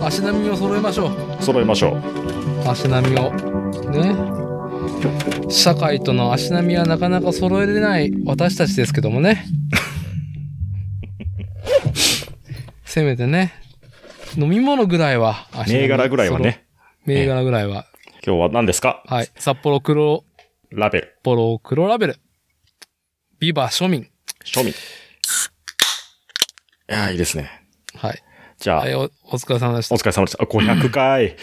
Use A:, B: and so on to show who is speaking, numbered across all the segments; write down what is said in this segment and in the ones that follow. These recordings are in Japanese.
A: 足並みを揃えましょう
B: 揃えましょう
A: 足並みをね社会との足並みはなかなか揃えれない私たちですけども ねせめてね飲み物ぐらいは足並み
B: 銘柄ぐらいはね
A: 揃え銘柄ぐらいは、
B: 今日は何ですか
A: はい札幌黒
B: ラベル
A: ポロ黒ラベルビバ庶民
B: 庶民いやーいいですね
A: はい、
B: じゃあ
A: はい、おお疲れ様でし
B: お疲れ様でしたあ500回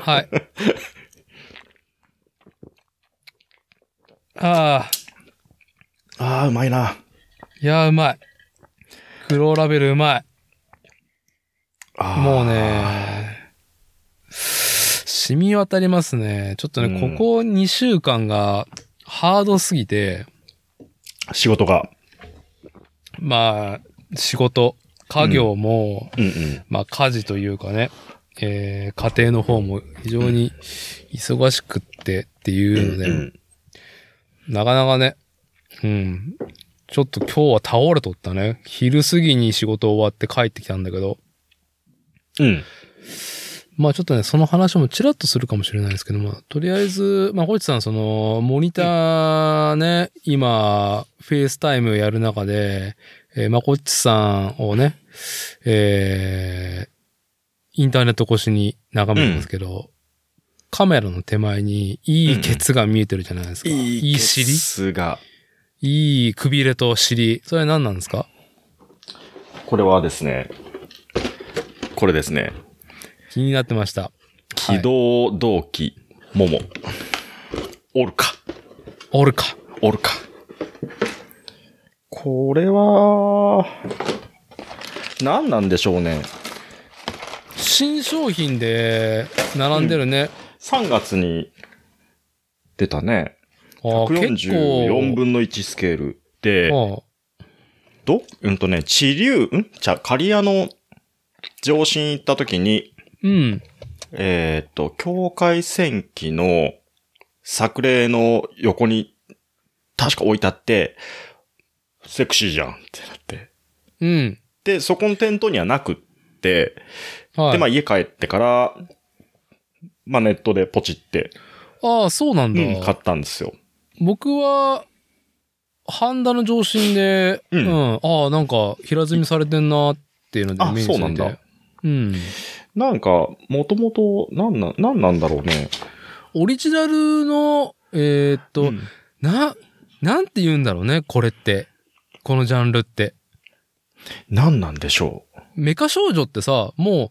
A: た はいああ
B: あーうまいない
A: やーうまい。黒ラベルうま
B: あ
A: い。
B: ー
A: もうね、染み渡りますね。ちょっとね、
B: うん
A: ここ2週間がハードすぎて、
B: 仕事が
A: まあ、仕事、家業も、
B: うんうん
A: まあ家事というかね、えー家庭の方も非常に忙しくってっていうので、
B: うん
A: なかなかね、うん。ちょっと今日は倒れとったね。昼過ぎに仕事終わって帰ってきたんだけど、
B: うん
A: まあちょっとね、その話もちらっとするかもしれないですけども、とりあえず、まあ、ホイチさん、その、モニターね、今、フェイスタイムやる中で、えー、まあ、こっちさんをね、えー、インターネット越しに眺めるんですけど、カメラの手前にいいケツが見えてるじゃないですか。いい尻
B: すが
A: いいくびれと尻。それは何なんですか
B: これはですねこれですね
A: 気になってました。
B: 機動動機、もも。おるか。
A: おるか。
B: おるか。これは、何なんでしょうね。
A: 新商品で並んでるね。
B: 3月に出たね。
A: あー
B: 144分の1スケールで、
A: 構
B: ど、うんとね、地流、んじゃあ、刈谷の上申行った時に、
A: うん。うん。
B: えーっと、境界戦記の作例の横に、確か置いてあって、セクシーじゃんってなって。
A: うん。
B: で、そこの店頭にはなくって、
A: はい。
B: で、まあ家帰ってから、まあネットでポチって、
A: あ、あそうなんだ。
B: うん買ったんですよ。
A: 僕は、ハンダの上進で、
B: う
A: うんん、ああ、なんか、平積みされてんなっていうので
B: あ
A: イメージしてて
B: そうなんだ。
A: うん。
B: なんか、もともと、なんなん、なんなんだろうね。
A: オリジナルの、えーっと、
B: うん
A: な、なんて言うんだろうね、これって。このジャンルって。
B: なんなんでしょ
A: メカ少女ってさ、もう、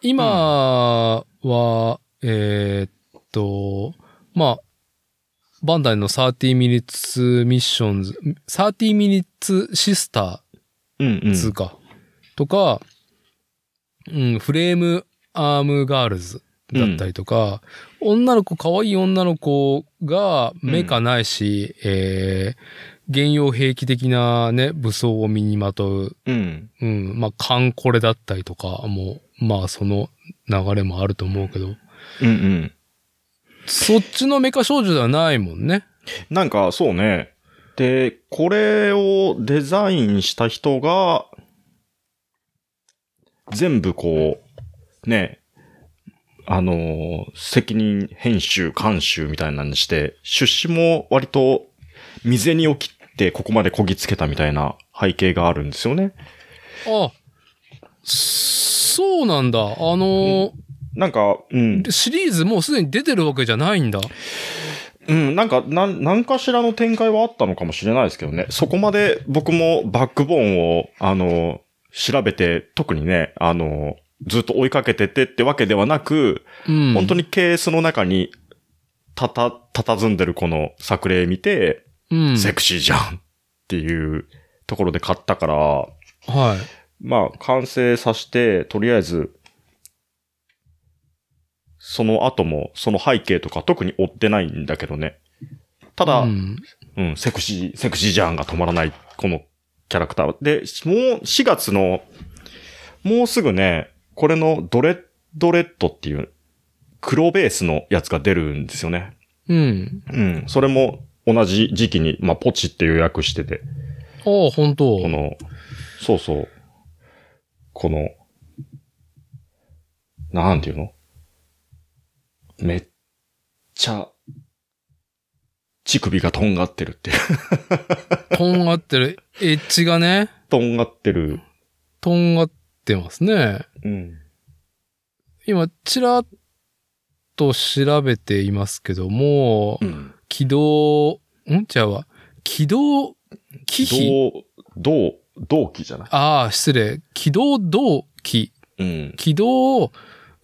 A: 今は、えーっと、まあ、バンダイの30 minutes missions、30 minutes シスタ
B: う。うんう
A: ー
B: ん。
A: ズか、とか、うん、フレームアームガールズだったりとか、女の子、可愛い女の子がメカないし、えー、原用兵器的なね、武装を身にまとう
B: うん。
A: うん、まあ、カンコレだったりとかも、まあ、その流れもあると思うけど、
B: うんうん。
A: そっちのメカ少女ではないもんね。
B: なんか、そうね。で、これをデザインした人が、全部こう、ね、あのー責任編集、監修みたいなのにして、出資も割と未然に起きてここまでこぎつけたみたいな背景があるんですよね。
A: あ、そうなんだ。あの
B: なんか、うん
A: ー、。シリーズもうすでに出てるわけじゃないんだ。
B: うん、なんか、なん、何かしらの展開はあったのかもしれないですけどね。そこまで僕もバックボーンを、あの、調べて、特にね、あの、ずっと追いかけててってわけではなく、
A: うん。
B: 本当
A: に。
B: にケースの中に、たた、たたずんでるこの作例見て、
A: うん。
B: セクシーじゃんっていうところで買ったから、
A: はい。
B: まあ、完成させて、とりあえず、その後も、その背景とか特に追ってないんだけどね。ただ、う、
A: うんん、
B: セクシー、セクシーじゃんが止まらない、このキャラクター。で、もう4月の、もうすぐね、これのドレッドレッドっていう、黒ベースのやつが出るんですよね。
A: うん。
B: うん。それも同じ時期に、まあ、ポチって予約してて。
A: ああ、本当
B: この、そうそう。この、なんていうのめっちゃ、乳首がとんがってるっていう。
A: とんがってる。エッジがね、
B: とんがってる。
A: とんがってますね。
B: うん。
A: 今、ちらっと調べていますけども、
B: うん。
A: 軌道、んちゃうわ。軌道、気比
B: 同、同、同期じゃない
A: ああ、失礼。軌道動機。
B: うん。
A: 軌道を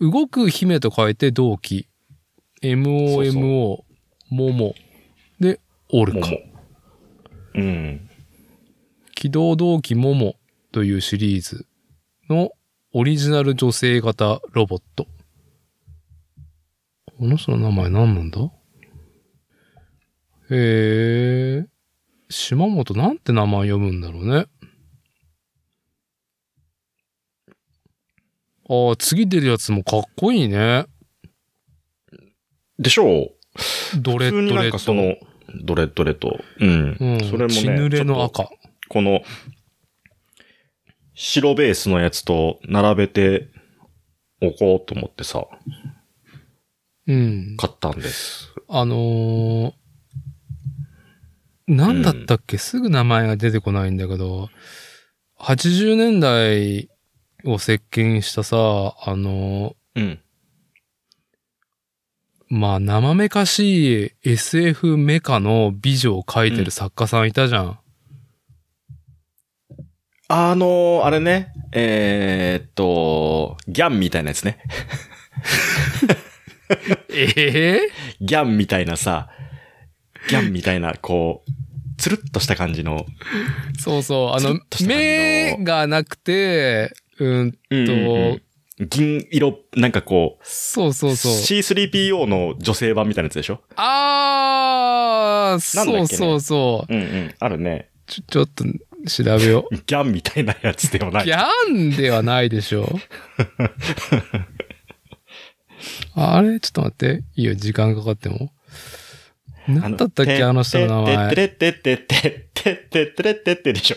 A: 動く姫と書いて動機。
B: そう
A: MOMO、桃。で、オル
B: も
A: カ
B: も。。うん。
A: 機動動機モモというシリーズのオリジナル女性型ロボット。この人の名前何なんだえー、島本なんて名前読むんだろうね。ああ、次出るやつもかっこいいね。
B: でしょう
A: ドレ
B: 普通
A: ッ
B: に
A: ド
B: な
A: レッ
B: ん
A: ド。
B: かその、ドレッドレッド。うん。
A: うん、
B: それもね、
A: 血濡れの
B: ちょっ
A: 赤。
B: とこの、白ベースのやつと並べておこうと思ってさ、
A: うん。
B: 買ったんです。
A: あのー、なんだったっけ、すぐ名前が出てこないんだけど、80年代を席巻したさ、あの
B: うん。
A: ー、まあ、生めかしい SF メカの美女を描いてる作家さんいたじゃん。
B: あのー、あれね、えー、っと、ギャンみたいなやつね。
A: ええ
B: ギャンみたいなさ、ギャンみたいな、こう、つるっとした感じの。
A: そうそう、あ
B: ちょ
A: の
B: っとし、た感じ
A: 目
B: の
A: がなくて、うん、
B: うん
A: うんうん
B: 銀色、なんかこう、
A: そうそうそう。
B: C3PO の女性版みたいなやつでしょ
A: あー、
B: なんだっけ
A: そう
B: ね
A: そうそう。
B: うんうん。あるね。
A: ちょ、ちょっと調べよう。
B: ギャンみたいなやつでもない。
A: ギャンではないでし ょう。あれちょっと待って。いいよ、時間かかっても。なんだったっけあの人の名前。
B: てってってってってってってってってってでしょ。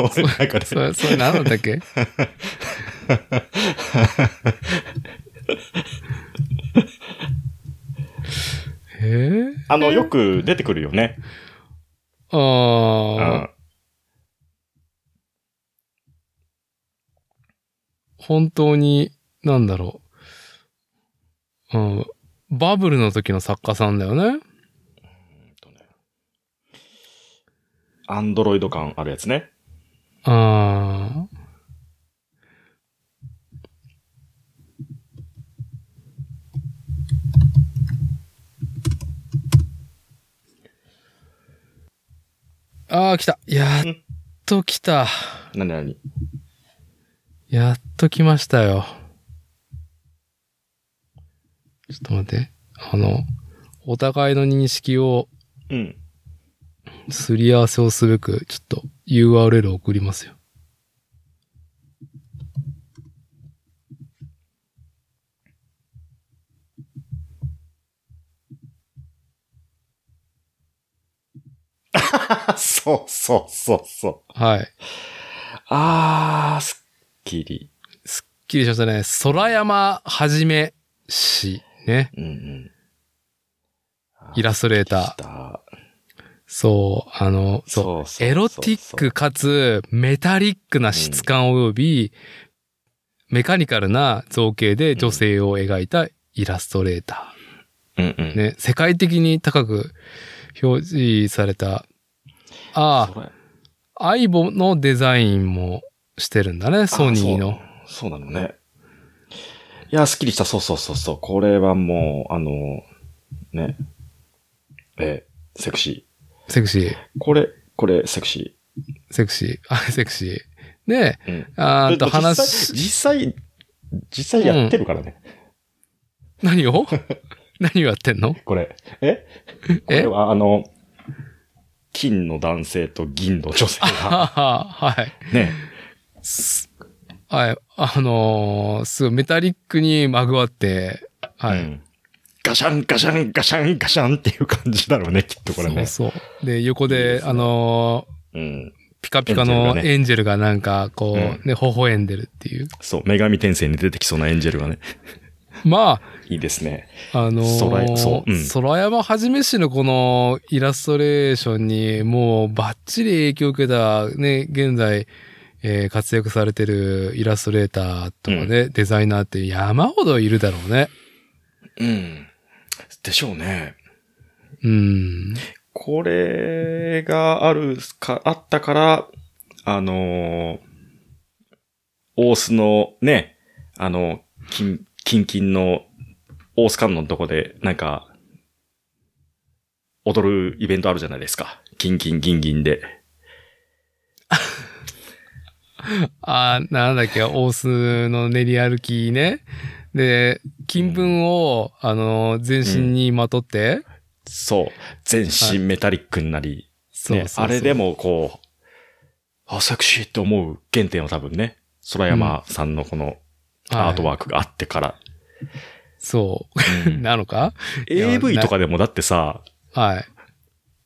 B: 俺なんか
A: それ、
B: ね。
A: それ何だったっけ えー、
B: あの、よく出てくるよね。う
A: ああ、
B: ん。
A: 本当に、なんだろう。うん。バブルの時の作家さんだよね。
B: アンドロイド感あるやつね。
A: ああ。ああ、来た。やっと来た。
B: なになに
A: やっと来ましたよ。ちょっと待って。あの、お互いの認識を
B: うん。
A: すり合わせをすべく、ちょっと URL を送りますよ。
B: そうそうそうそう。
A: はい。
B: あー、すっきり。
A: すっきりしましたね。空山はじめ氏ね。
B: うんうん。
A: イラストレーター。
B: た。
A: そう、あの、そう。
B: そうそう。
A: エロティック。かつメタリックな質感及び、メカニカルな造形で女性を描いたイラストレータ
B: うんうん
A: ー。。ね。世界的に高く表示された。あ
B: それ
A: あ、アイボのデザインもしてるんだね、ソニーの。
B: あ。そうそうなのね。いや、スッキリした。そうそうそうそう。これはもう、あの、ね。え、セクシ
A: セクシー、
B: ー。これ、これ、セクシ
A: セクシー、あ、セクシー。で、
B: ー。うん。
A: あー
B: で
A: と
B: も
A: 話、
B: 実際、実際、実際やってるからね。
A: 何 を何をやってんの
B: これ。えこれ
A: え
B: は、あの、金の男性と銀の女性が、
A: はは、はい。
B: ね。
A: すはい。あのーすごいメタリックにまぐわって、はい。
B: うんガシャンガシャンガシャンガシャンっていう感じだろうね、きっとこれね。
A: そうそう。で、横で、
B: いいですね
A: あのー
B: うん。
A: ピカピカのエ
B: エ
A: ンジェルがなんか、こう、
B: うん
A: ね、微笑んでるっていう。
B: そう、女神転生に出てきそうなエンジェルがね。
A: ま
B: いいですね。
A: あ、あの
B: 空
A: ー
B: やそううん
A: 空山はじめ氏のこのイラストレーションにもうバッチリ影響を受けた、ね、現在、えー活躍されてるイラストレーターとかね、デザイナーって山ほどいるだろうね。
B: うん。でしょうね。
A: うん。
B: これがあるか、あったから、あのー大須のね、あの、金、金金の大須観音のとこで、なんか、踊るイベントあるじゃないですか。金金銀銀で。
A: あー、なんだっけ、大須の練り歩きね。で、金粉を、あのー、全身にまとって、
B: そう。全身メタリックになり、
A: そう
B: ね
A: そうそう
B: あれでもこう、あ、セクシーって思う原点は多分ね、空山さんのこのアート
A: はい
B: ワークがあってから。
A: そう。 なのかいや
B: AV
A: な
B: とかでもだってさ、
A: はい。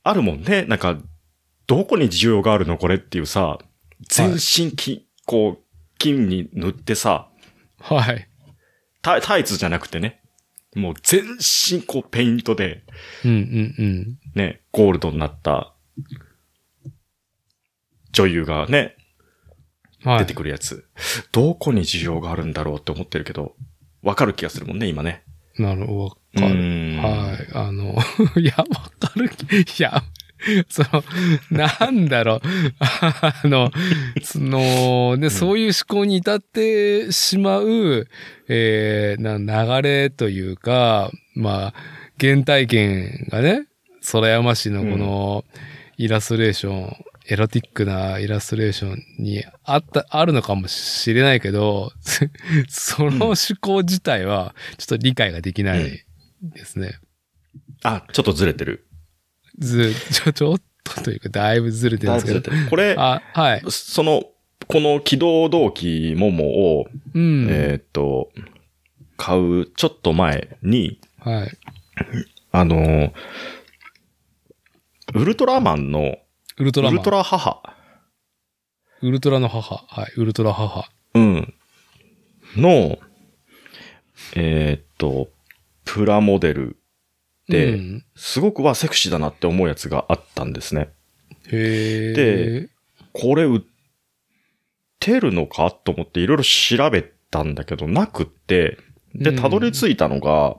B: あるもんね。なんか、どこに需要があるのこれっていうさ、全身き、こう、金に塗ってさ
A: はい。
B: タイ、タイツじゃなくてね、もう全身こうペイントで、
A: うんうんうん。
B: ね、ゴールドになった女優がね、
A: は
B: 出
A: い
B: て。くるやつ、どこに需要があるんだろうって思ってるけど、わかる気がするもんね、今ね。
A: なるほ
B: う
A: ど。わかる。
B: ん
A: はい。あの、 いや、わかる。いや、その、なんだろう。あの、その、ね、そういう思考に至ってしまう、えーな、流れというか、まあ、原体験がね、空山市のこのイラストレーション、エロティックなイラストレーションにあった、あるのかもしれないけど、 その思考自体はちょっと理解ができないですね。
B: あ、ちょっとずれてる。
A: ず、ちょ、 ちょっとというか、だいぶずれてるんですけど。
B: てる。これ、
A: あ、はい。
B: その、この起動動機ももを、
A: うん。
B: えーっと、買うちょっと前に、
A: はい。
B: あの、ウルトラマンの、
A: ウルト
B: ウ
A: ラマン。
B: ルトラ母、
A: ウルトラの母。はい。ウルトラ母。
B: うん、の、えーっと、プラモデル、で
A: うん、
B: すごくはセクシーだなって思うやつがあったんですね。
A: へえ。
B: で、これ売ってるのかと思っていろいろ調べたんだけど、なくって、で、
A: うん
B: たどり着いたのが、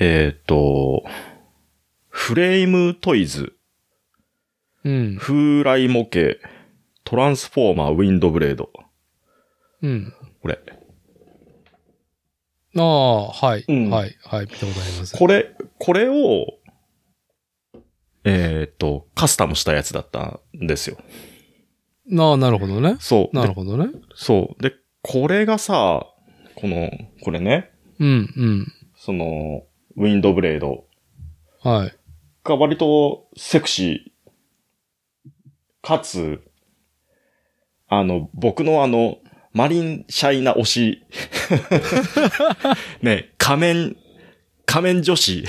B: えっ、と、フレームトイズ、
A: うん。
B: 風来模型、トランスフォーマーウィンドブレード。
A: うん。
B: これ。
A: ああ、はい、
B: うん
A: はい。はい。見たことあります。
B: これ、これを、えっ、と、カスタムしたやつだったんですよ。
A: ああ、なるほどね。
B: そう。
A: なる
B: で
A: ほどね。
B: そう。で、これがさ、この、これね、
A: うん、うん。
B: その、ウィンドブレード
A: はい。
B: が割とセクシー、かつ、あの、僕のあの、マリンシャイな推し、 ね、仮面、仮面女子、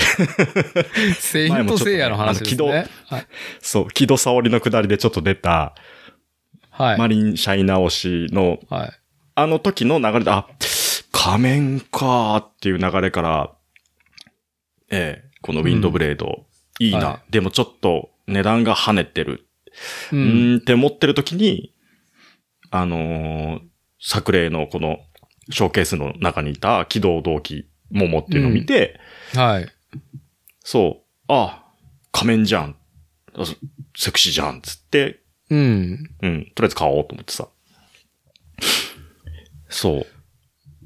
A: セイントセイヤの話です
B: 前
A: ね
B: も。
A: はい。
B: そう、木戸沙織の下りでちょっと出た、
A: は
B: マ
A: い。
B: リンシャイな推しの、
A: はい。
B: あの時の流れで、あ、仮面かーっていう流れから、ええ、このウィンドブレード、いいな、
A: は
B: でもちょっと値段が跳ねてる。
A: う。
B: うんーんって思ってる時に、あのー作例のこのショーケースの中にいた起動動機、桃っていうのを見て、
A: はい。
B: そう、あ、仮面じゃん。あそセクシーじゃん。つって、
A: うん。
B: うん、とりあえず買おうと思ってさ。そう。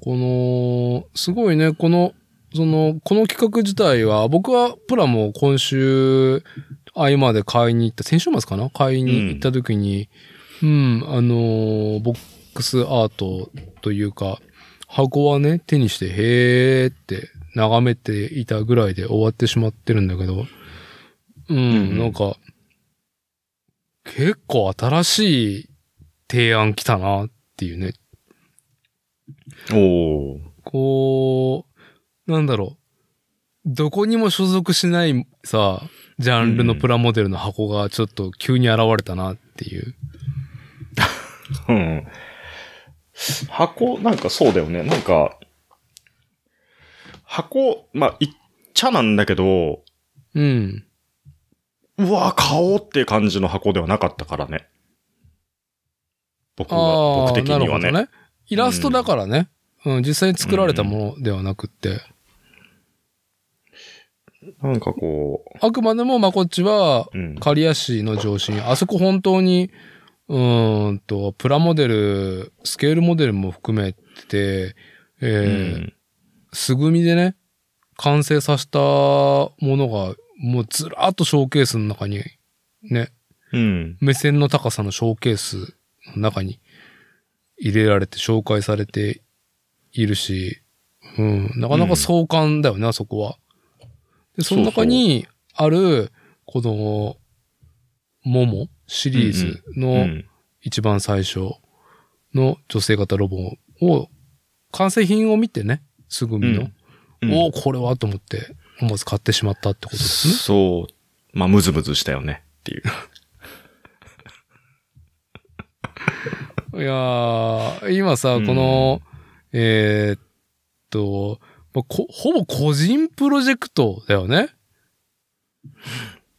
A: この、すごいね、この、その、この企画自体は、僕はプラも今週、合間で買いに行った、先週末かな買いに行った時に、うん、あのーボックスアートというか、箱はね、手にして、へーって眺めていたぐらいで終わってしまってるんだけど、うん、
B: うん
A: なんか、結構新しい提案来たなっていうね、
B: おー。
A: こう、なんだろう。どこにも所属しないさ、ジャンルのプラモデルの箱がちょっと急に現れたなっていう。
B: うん。箱、なんかそうだよね。なんか、箱、まあ、いっちゃなんだけど、
A: うん。
B: うわ、買おうっていう感じの箱ではなかったからね。僕は、
A: あ
B: 僕
A: あ、
B: 的
A: な
B: に
A: る
B: は
A: ほ
B: ね。
A: どね。イラストだからね。うん、実際に作られたものではなくって。
B: なんかこ
A: あくまでも、まこっちは、
B: う、うん。
A: 刈谷市の上心。あそこ本当に、うーんと、プラモデル、スケールモデルも含めて、え
B: う
A: ー
B: ん
A: 素組みでね、完成させたものが、もうずらーっとショーケースの中に、ね、
B: うん。
A: 目線の高さのショーケースの中に入れられて紹介されているし、うん、なかなか壮観だよね、あそこは。で、その中にある、この、モモシリーズ
B: う
A: の
B: ん。
A: 一番最初の女性型ロボを、完成品を見てね、すぐみの、
B: うん
A: おお、これはと思って、思わず買ってしまったってことですね。
B: そう。まあ、ムズムズしたよねっていう。
A: いやー、今さ、
B: うん
A: この、えーっと、まあこ、ほぼ個人プロジェクトだよね。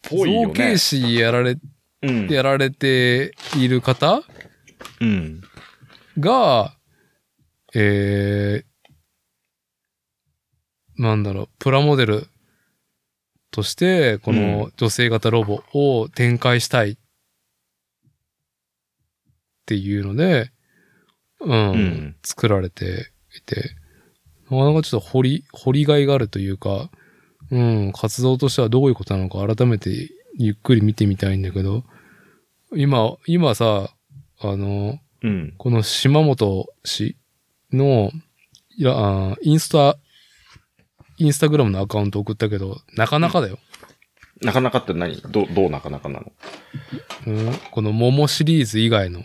B: ぽいよ
A: 造形
B: ね。
A: 師やられ、
B: うん。
A: やられている方
B: うん。
A: が、えー、なんだろう、プラモデルとして、こ
B: う
A: の女性型ロボを展開したいっていうので、うん、
B: うん
A: 作られていて、なかなかちょっと掘り、掘りがいがあるというか、うん、活動としてはどういうことなのか改めてゆっくり見てみたいんだけど、今、今さ、あの、
B: うん。
A: この島本氏の、いや、あーインスタ、インスタグラムのアカウント送ったけど、なかなかだよ。
B: なかなかって何ど、どうなかなかなの
A: うんこの桃シリーズ以外の、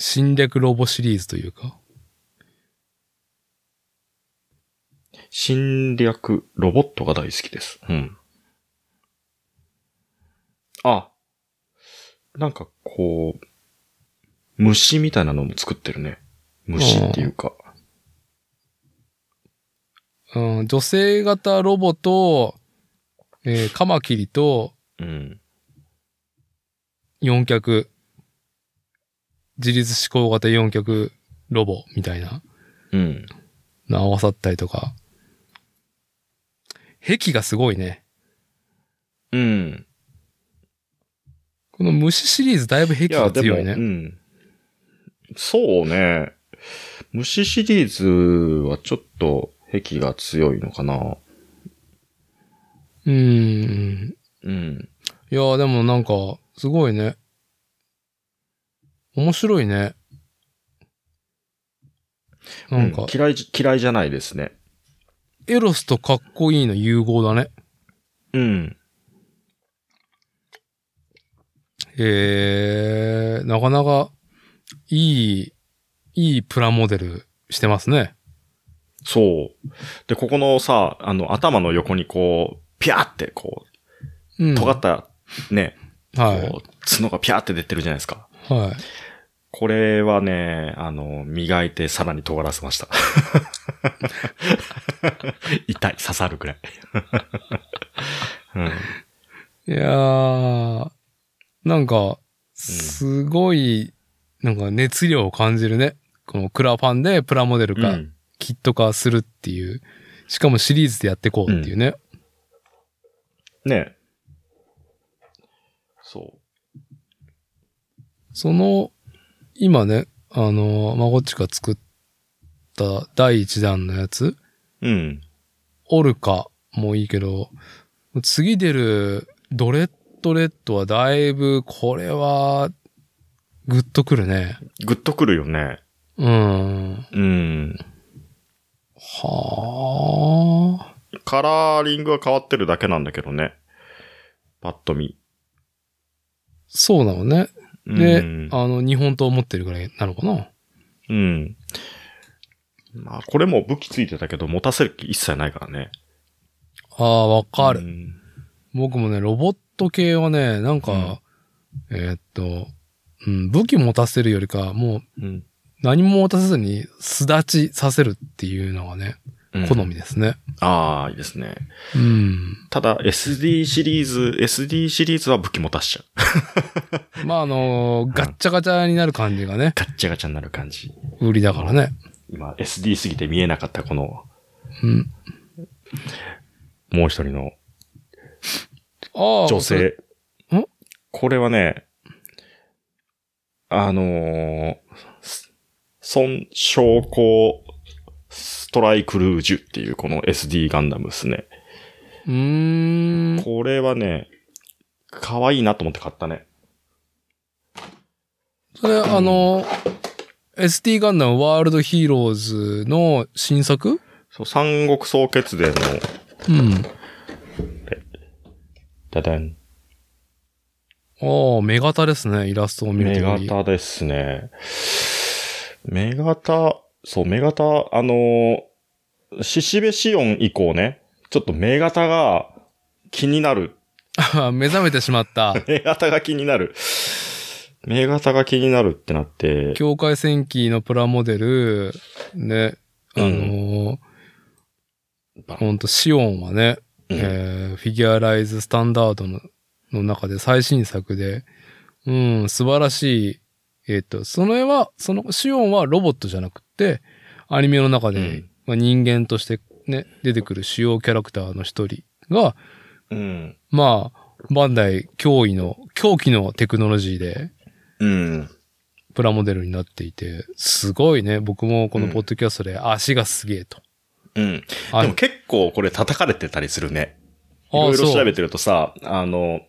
A: 侵略ロボシリーズというか、
B: 侵略、ロボットが大好きです。うん。あ、なんかこう、虫みたいなのも作ってるね。虫っていうか。
A: うん、女性型ロボと、えーカマキリと
B: うん。
A: 4脚、自律思考型4脚ロボみたいな。
B: うん。
A: の合わさったりとか。壁がすごいね。
B: うん。
A: この虫シリーズだいぶ壁
B: いや、
A: が
B: で
A: 強
B: も、
A: いね。
B: うん。そうね。虫シリーズはちょっと、癖が強いのかな。
A: うーん。
B: うん。
A: いや、でもなんか、すごいね。面白いね。なん
B: う
A: か、
B: 嫌いじ、嫌いじゃないですね。
A: エロスとかっこいいの融合だね。
B: うん。
A: えー、なかなか、いい、いいプラモデルしてますね。
B: そう。で、ここのさ、あの、頭の横にこう、ピャーって、こ
A: うん。
B: う、尖った、ね、
A: は
B: こう、角がピャーって出てるじゃないですか。
A: い。はい。
B: これはね、あの、磨いてさらに尖らせました。 痛い、刺さるくらい。うん、
A: いやー、なんか、すごい、なんか熱量を感じるね。このクラファンでプラモデル
B: う
A: か、
B: ん
A: キット化するっていう。しかもシリーズでやってこうっていうね。
B: ねそ
A: その、今ね、あの、まごっちが作った第1弾のやつ、
B: う。うん。
A: オルカもいいけど、次出るドレッドレッドはだいぶ、これは、グッとくるね。
B: ぐっとくるよね。
A: うん。
B: うん。
A: はあ。
B: カラーリングが変わってるだけなんだけどね。パッと見。
A: そうなのね。で、
B: うん
A: あの、日本刀を持ってるぐらいなのかな。
B: うん。まあ、これも武器ついてたけど、持たせる気一切ないからね。
A: ああ、わかる、
B: うん
A: 僕もね、ロボット系はね、なんか、えーっと、うん、武器持たせるよりか、もう
B: うん。
A: 何も持たせずに巣立ちさせるっていうのがね、好みですね。
B: ああ、いいですね。
A: うん。
B: ただ、SD シリーズ、SD シリーズは武器持たしちゃう。
A: まあ、あのーガッチャガチャになる感じがね、
B: ガッチャガチャになる感じ。
A: 売りだからね。
B: 今、SD すぎて見えなかったこの、
A: うん。
B: もう一人の
A: ああ。
B: 女
A: それ。
B: 性
A: ん。
B: これはね、あのー、孫将校ストライクルージュっていうこの SD ガンダムですね。
A: うーん。
B: これはね、可愛いなと思って買ったね。
A: それ、あのー ST ガンダムワールドヒーローズの新作
B: そう、三国総決伝の、
A: うん。
B: だだん。
A: ああ、目型ですね、イラストを見る
B: 目
A: とき。
B: 型ですね。目型、そう、目型、あのー、シシベシオン以降ね、ちょっと目型が気になる。
A: あ 目覚めてしま った。
B: 目型が気になる。目型が気になるってなって、
A: 境界戦記のプラモデル、ね、あのーほんと、シオンはね、
B: うん
A: えーフィギュアライズスタンダードのの中で最新作で、うん、素晴らしい。えっ、と、その絵は、その、シオンはロボットじゃなくって、アニメの中で、
B: うん
A: まあ、人間としてね、出てくる主要キャラクターの一人が、
B: うん。
A: まあ、バンダイ脅威の、狂気のテクノロジーで、
B: うん。
A: プラモデルになっていて、すごいね、僕もこのポッドキャストで足がすげえと。
B: うん。
A: あ
B: でも結構これ叩かれてたりするね。
A: あ
B: いろいろ
A: そ
B: 調
A: う
B: べてるとさ、あの、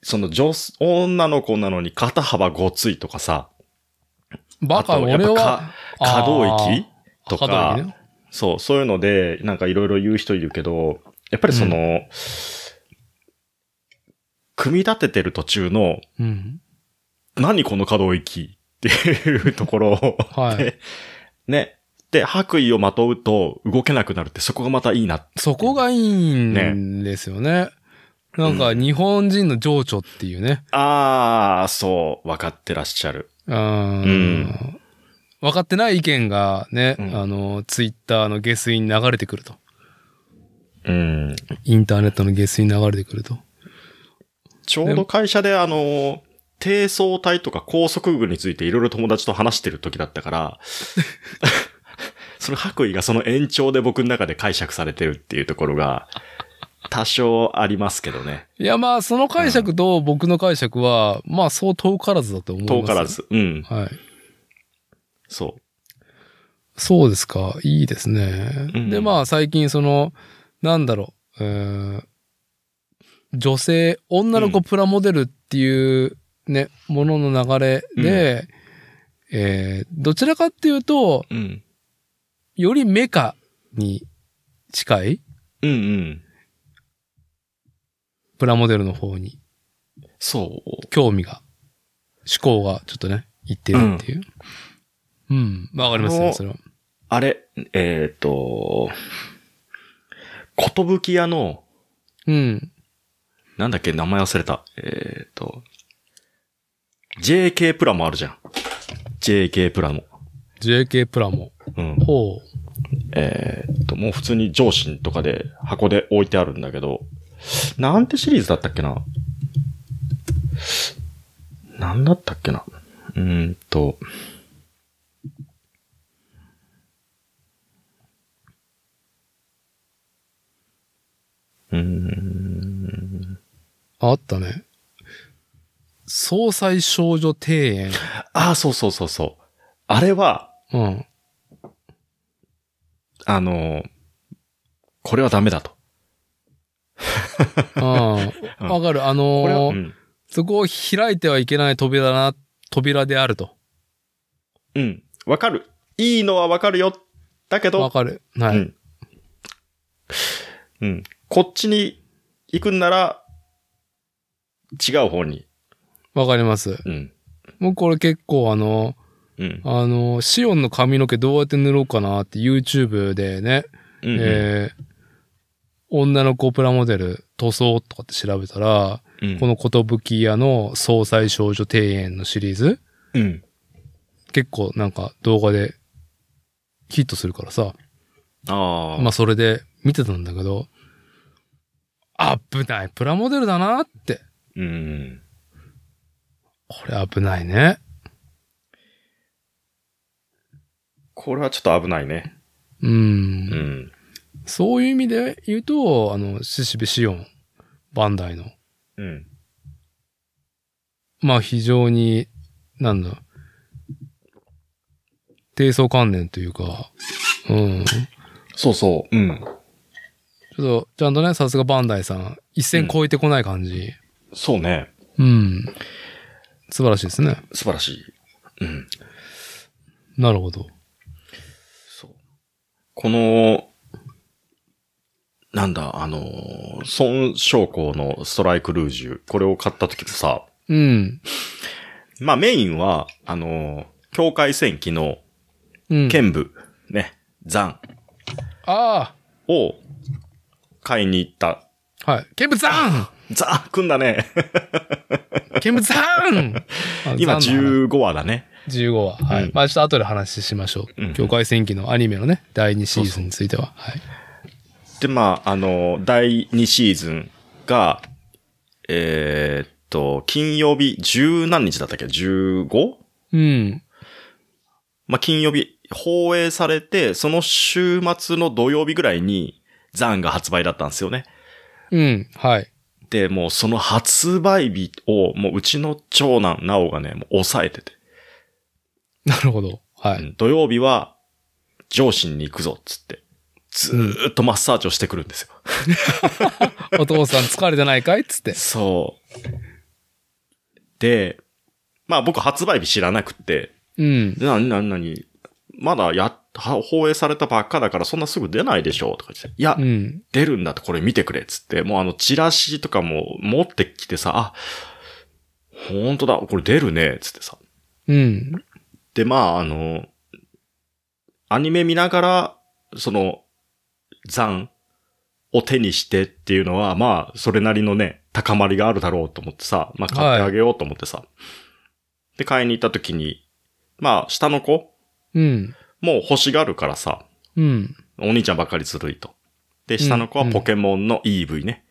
B: その女子、女の子なのに肩幅ごついとかさ、
A: バカ、
B: あとやっぱ
A: 俺は、
B: 可可動
A: あ
B: 域
A: ー
B: と
A: 可動
B: か、
A: 域ね
B: そう、そういうので、なんかいろいろ言う人いるけど、やっぱりその、組み立ててる途中の、
A: うん。
B: 何この可動域っていうところを、
A: はい。
B: ね。で、白衣をまとうと動けなくなるって、そこがまたいいな。
A: そこがいいんですよね。なんか
B: うん
A: 日本人の情緒っていうね。
B: あー、そう、分かってらっしゃる。
A: うん
B: うん
A: 分かってない意見がね、
B: うん
A: あの、ツイッターの下水に流れてくると。
B: うん。
A: インターネットの下水に流れてくると。
B: ちょうど会社であの、低層帯とか高速具についていろいろ友達と話してる時だっ たから、その白衣がその延長で僕の中で解釈されてるっていうところが、多少ありますけどね。
A: いや、まあ、その解釈と僕の解釈は、まあ、そう遠からずだと思います。
B: 遠から。ず。うん。
A: はい。
B: そ
A: そうですか。いいですね。
B: うん
A: で、まあ、最近、その、なんだろう、えー女性、女の子プラモデルっていうね、ものの流れで、えーどちらかっていうと、
B: う。うん。
A: よりメカに近い
B: うんうん。
A: プラモデルの方に
B: そう。
A: 興味が、思考がちょっとね、いってるっていう。うん、わ、かります
B: あ
A: ね、
B: の
A: それは。
B: あれ、えっ、と、ことぶき屋の、
A: うん。
B: なんだっけ、名前忘れた。えっ、と、JK プラもあるじゃん。JK プラも。
A: JK プラモ。
B: うん。
A: ほう。
B: えっ、と、もう普通に上司とかで箱で置いてあるんだけど、なんてシリーズだったっけななんだったっけなうーんと、うーん。
A: あったね。総裁少女庭園。
B: ああ、そうそうそうそう。あれは、
A: うん。
B: あの、これはダメだと。
A: うん。わかる。あ
B: これは、
A: のー
B: うん。
A: そこを開いてはいけない扉な、扉であると。
B: うん。わかる。いいのはわかるよ。だけ
A: わ
B: ど、
A: かる。はい。
B: うん。うん。こっちに行くんなら、違う方に。
A: わかります。
B: うん。
A: もうこれ結構あの、
B: うん。
A: あの、シオンの髪の毛どうやって塗ろうかなって YouTube でね、
B: うん。
A: えー女の子プラモデル塗装とかって調べたら、
B: うんうん
A: この寿屋の総裁少女庭園のシリーズ、
B: うん。
A: 結構なんか動画でヒットするからさ、
B: ああ。
A: まあそれで見てたんだけど、危ない、プラモデルだなって。
B: うん。
A: これ危ないね。
B: これはちょっと危ないね。
A: うん。
B: うん。
A: そういう意味で言うと、あの、シシビシオン、バンダイの、
B: うん。
A: まあ非常に、なんだ、低層観念というか、うん。
B: そうそう。うん。
A: ちょっと、ちゃんとね、さすがバンダイさん、一線超えてこない感じ。
B: そうね。
A: うん。素晴らしいですね。
B: 素晴らしい。うん。
A: なるほど。
B: そう。この、なんだ、あのー、孫将校のストライクルージュ、これを買った時もさ、
A: うん。
B: まあメインは、あのー、境界戦記の
A: うん。
B: 剣部、ね、残
A: あ
B: を買いに行った。
A: あはい。見物 さ
B: ザ組んだね。
A: ん見物さんあ残
B: 今
A: 念な
B: 15話だね。
A: 15話。はい。
B: うん
A: まあちょっと後で話しましょう。
B: うん
A: 境界戦記のアニメのね、第2シーズンについては。
B: で、まあ、あの、第2シーズンが、えーっと、金曜日、十何日だったっけ ?15?
A: はい。うん。
B: まあ、金曜日、放映されて、その週末の土曜日ぐらいに、ザンが発売だったんですよね。
A: うん。はい。
B: で、もうその発売日を、もううちの長男、ナオがね、もう抑えてて、
A: なるほど。はい。
B: うん土曜日は、上司に行くぞ、っつって。ずーっとマッサージをしてくるんですよ。
A: お父さん疲れてないかいっつって。
B: そう。で、まあ僕発売日知らなくって、
A: うん。
B: な、な、なに、まだやっ、は放映されたばっかだからそんなすぐ出ないでしょとか言って、いや、
A: うん。
B: 出るんだってこれ見てくれっつって、もうあのチラシとかも持ってきてさ、あ、ほんとだ、これ出るねっつってさ。
A: うん。
B: で、まああの、アニメ見ながら、その、残を手にしてっていうのは、まあ、それなりのね、高まりがあるだろうと思ってさ、まあ買ってあげようと思ってさ。で、買いに行った時に、まあ、下の子、
A: うん。
B: もう欲しがるからさ、
A: うん。
B: お兄ちゃんばっかりずるいと。で、下の子はポケモンの EV ね。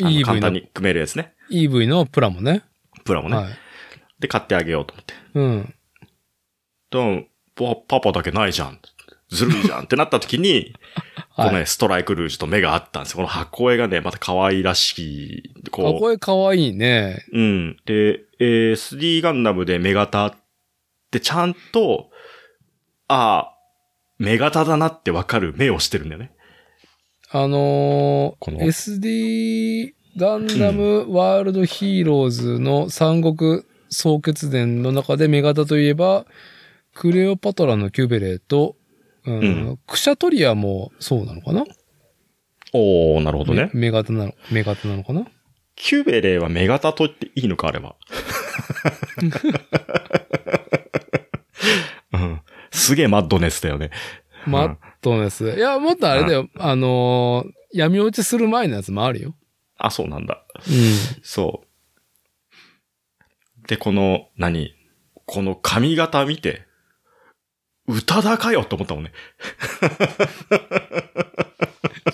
B: あの
A: EV
B: 簡単
A: の、
B: に組めるやつね。
A: EV のプラもね。
B: プラもね。
A: はい。
B: で、買ってあげようと思って。
A: うん。
B: でも、パパパだけないじゃん。ずるいじゃんってなった時に、この
A: はい。
B: ね、ストライクルージュと目が合ったんですよ。この箱絵がね、また可愛らしい。
A: あ、
B: こ
A: これかわいいね。
B: う。うん。で、えー、3ガンダムで目型ってちゃんと、ああ、目型だなってわかる目をしてるんだよね。
A: あの
B: こ
A: ー
B: の
A: SD ガンダムワールドヒーローズの三国総決伝の中で目型といえば、クレオパトラのキュベレーと、うん
B: うん
A: クシャトリアもそうなのかな
B: おー、なるほどね。
A: 目型なの、目型なのかな
B: キュベレーは目型と言っていいのか、あれ は。うん、すげえマッドネスだよね。
A: マットネス。いや、もっとあれだよ。あのー闇落ちする前のやつもあるよ。
B: あ、そうなんだ。
A: う
B: そう。で、この、何この髪型見て、宇多田かよと思ったもんね。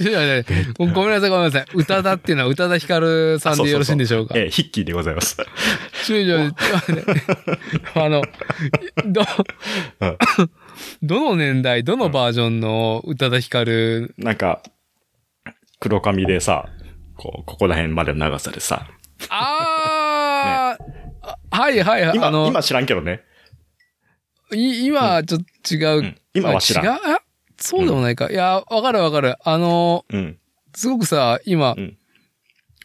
A: ん。いやいやいやごごめんなさい、ごめんなさい。宇多田っていうのは宇多田ヒカルさんでよろしいんでしょうか。
B: ええ、ヒッキーでございます。
A: ちょいちょいちょいあの、ど
B: うん、
A: どの年代、どのバージョンの宇多田ヒカル、
B: なんか、黒髪でさ、こう、ここら辺までの長さでさ。
A: あー、あはいはいはい、
B: 今
A: あ、の、
B: 今知らんけどね。
A: い今ちょっと違う。
B: うん今は知らん
A: あ違うあそうでもないか。いや、わかるわかる。あの、
B: うん。
A: すごくさ、今、
B: うん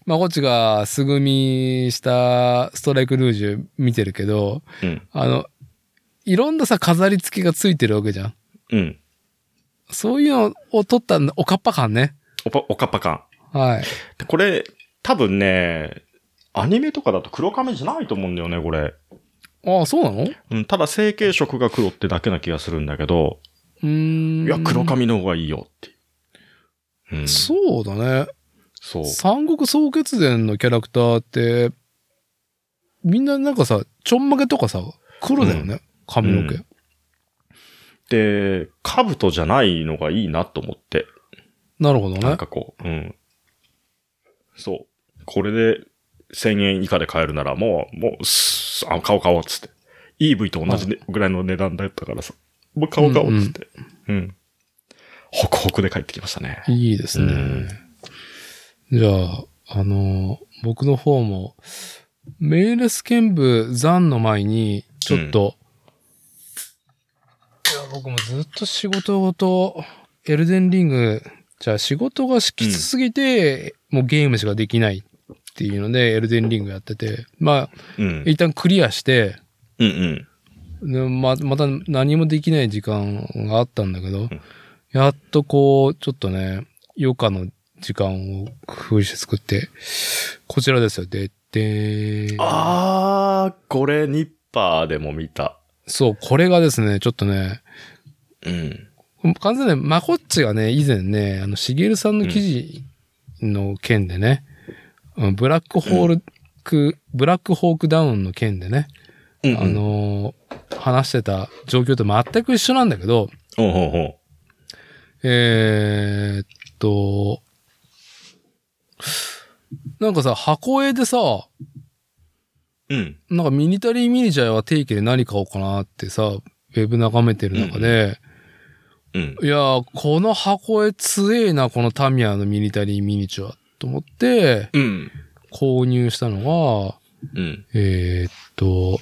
A: まこっちが素組みしたストライクルージュ見てるけど、
B: うん。
A: あの、いろんなさ、飾り付けがついてるわけじゃん。
B: うん。
A: そういうのを撮ったおかっぱ感ね。
B: おぱ、おかっぱ感。
A: はい。
B: でこれ、多分ね、アニメとかだと黒髪じゃないと思うんだよね、これ。
A: ああ、そうなのう
B: うん、ただ成形色が黒ってだけな気がするんだけど、
A: ーん。
B: いや、黒。髪の方がいいよっていう。うん。
A: そうだね。
B: そう。
A: 三国総決伝のキャラクターって、みんななんかさ、ちょんまげとかさ、黒だよね、髪の毛。
B: うで、兜じゃないのがいいなと思って。
A: なるほどね。
B: なんかこう、うん。そう。これで1000円以下で買えるならもう、もう、すあ、買おう買おうっつって。EV と同じねぐらいの値段だったからさ。もう買おう買おうっつって。うん、ホクホクで帰ってきましたね。
A: いいですね。じゃあ、あの、僕の方も、メーレス剣部残の前に、ちょっと、いや、僕もずっと仕事ごと、エルデンリング、じゃあ仕事がしきつすぎて、もうゲームしかできないっていうので、エルデンリングやってて、まあ、
B: うん。
A: 一旦クリアして、
B: うんうん。
A: でままた何もできない時間があったんだけど、やっとこう、ちょっとね、余暇の時間を工夫して作って、こちらですよ、で、で、
B: あー、これニッパーでも見た。
A: そう、これがですね、ちょっとね、
B: うん。
A: 完全にねまこっちがね、以前ね、あの、しげるさんの記事の件でね、うんブラックホールク、ブラックホークダウンの件でね、
B: うん、うん。
A: あ、のー話してた状況と全く一緒なんだけど、
B: うんうんうん。
A: えーっと、なんかさ、箱絵でさ、
B: うん。
A: なんかミニタリーミニチュアは定期で何買おうかなってさ、ウェブ眺めてる中で、
B: うん。
A: いやー、この箱絵強えな、このタミヤのミニタリーミニチュアと思って
B: うん。
A: 購入したのが、
B: うん。
A: えーっと、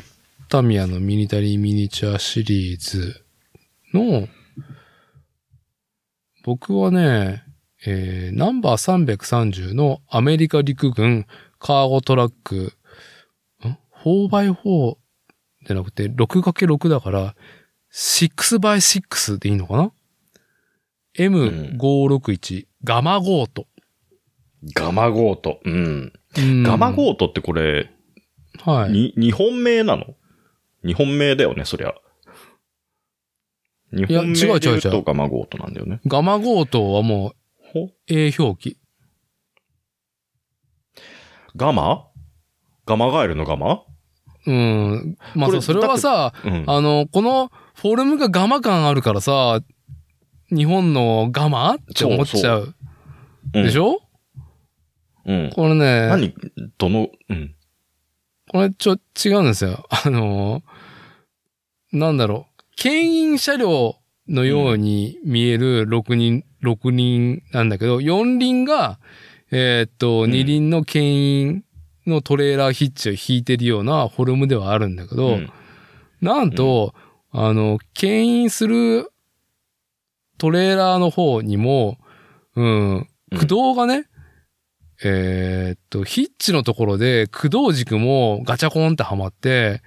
A: タミヤのミニタリーミニチュアシリーズの、僕はね、えーナンバー330のアメリカ陸軍カーゴトラック、ん ?4x4 じゃなくて 6×6 だから、6x6 でいいのかな ?M561、ガマゴート。
B: ガマゴート。うん。
A: うん
B: ガマゴートってこれ、
A: はい。
B: に、日本名なの日本名だよね、そりゃ。日本名で言
A: 違
B: う
A: う違う違
B: と
A: う
B: ガマゴートなんだよね。
A: ガマゴートはも
B: ほ
A: う A 表記。
B: ガマガマガエルのガマ
A: うん。まあ
B: これ
A: そうそれはさ、
B: うん。
A: あの、このフォルムがガマ感あるからさ、日本のガマって思っちゃう。でし
B: ょ
A: ょ、
B: うん。
A: これね、
B: 何どの、うん。
A: これちょ、違うんですよ。あの、なんだろう。牽引車両のように見える6人、六輪なんだけど、4輪が、えーっと、
B: ん
A: 2輪の牽引のトレーラーヒッチを引いてるようなフォルムではあるんだけど、
B: ん
A: なんと、あの、牽引するトレーラーの方にも、うん、
B: うん
A: 駆動がね、えーっと、ヒッチのところで駆動軸もガチャコンってはまって、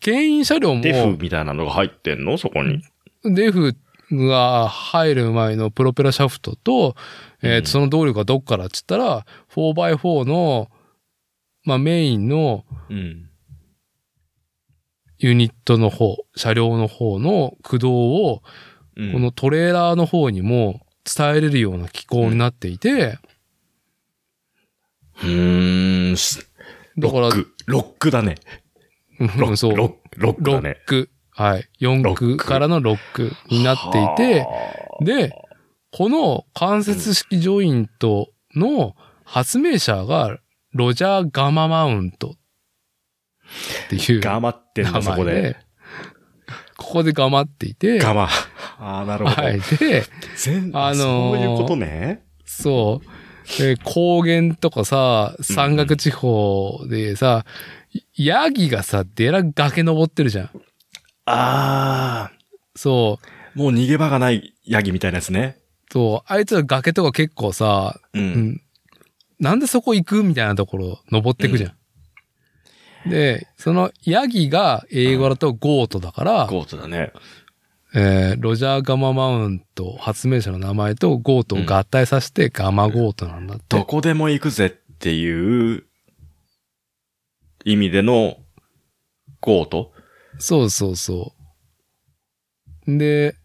A: 牽引車両も
B: デフみたいなのが入ってんのそこに。
A: デフが入る前のプロペラシャフトと、えー
B: うん
A: とその動力がどっからって言ったら、4x4 の、まあ、メインの、
B: うん。
A: ユニットの方、車両の方の駆動を、
B: うん
A: この、トレーラーの方にも伝えれるような機構になっていて、
B: うーん。す
A: だから、
B: ロック。ロックだね。
A: う
B: ロッ
A: ん
B: ク。
A: そう、
B: ロック。ロック
A: ロ
B: だ
A: ッ
B: ね。
A: ク、はい、4
B: ロッ
A: 区
B: ク
A: からのロックになっていて、
B: はあ、
A: で、この関節式ジョイントの発明者がロジャー・ガママウントっていう名
B: ガマってんだ、そこ
A: 前
B: で。
A: で、ここでガマってい て、
B: ガマ。ああ、なるほど。
A: はい、で、
B: 全、
A: あのー
B: そういうことね。
A: そう。えー高原とかさ、山岳地方でさ、ヤギがさ、デラ崖登ってるじゃん。
B: ああ。
A: そう。
B: もう逃げ場がないヤギみたいなやつね。
A: そう。あいつら崖とか結構さ、
B: う
A: う。ん。なんでそこ行くみたいなところ登ってくじゃん。で、そのヤギが英語だとゴートだから、
B: ゴートだね。
A: えーロジャー・ガマ・マウント、発明者の名前とゴートを合体させてガマ・ゴートなんだって。
B: どこでも行くぜっていう意味でのゴート
A: そうそうそう。で、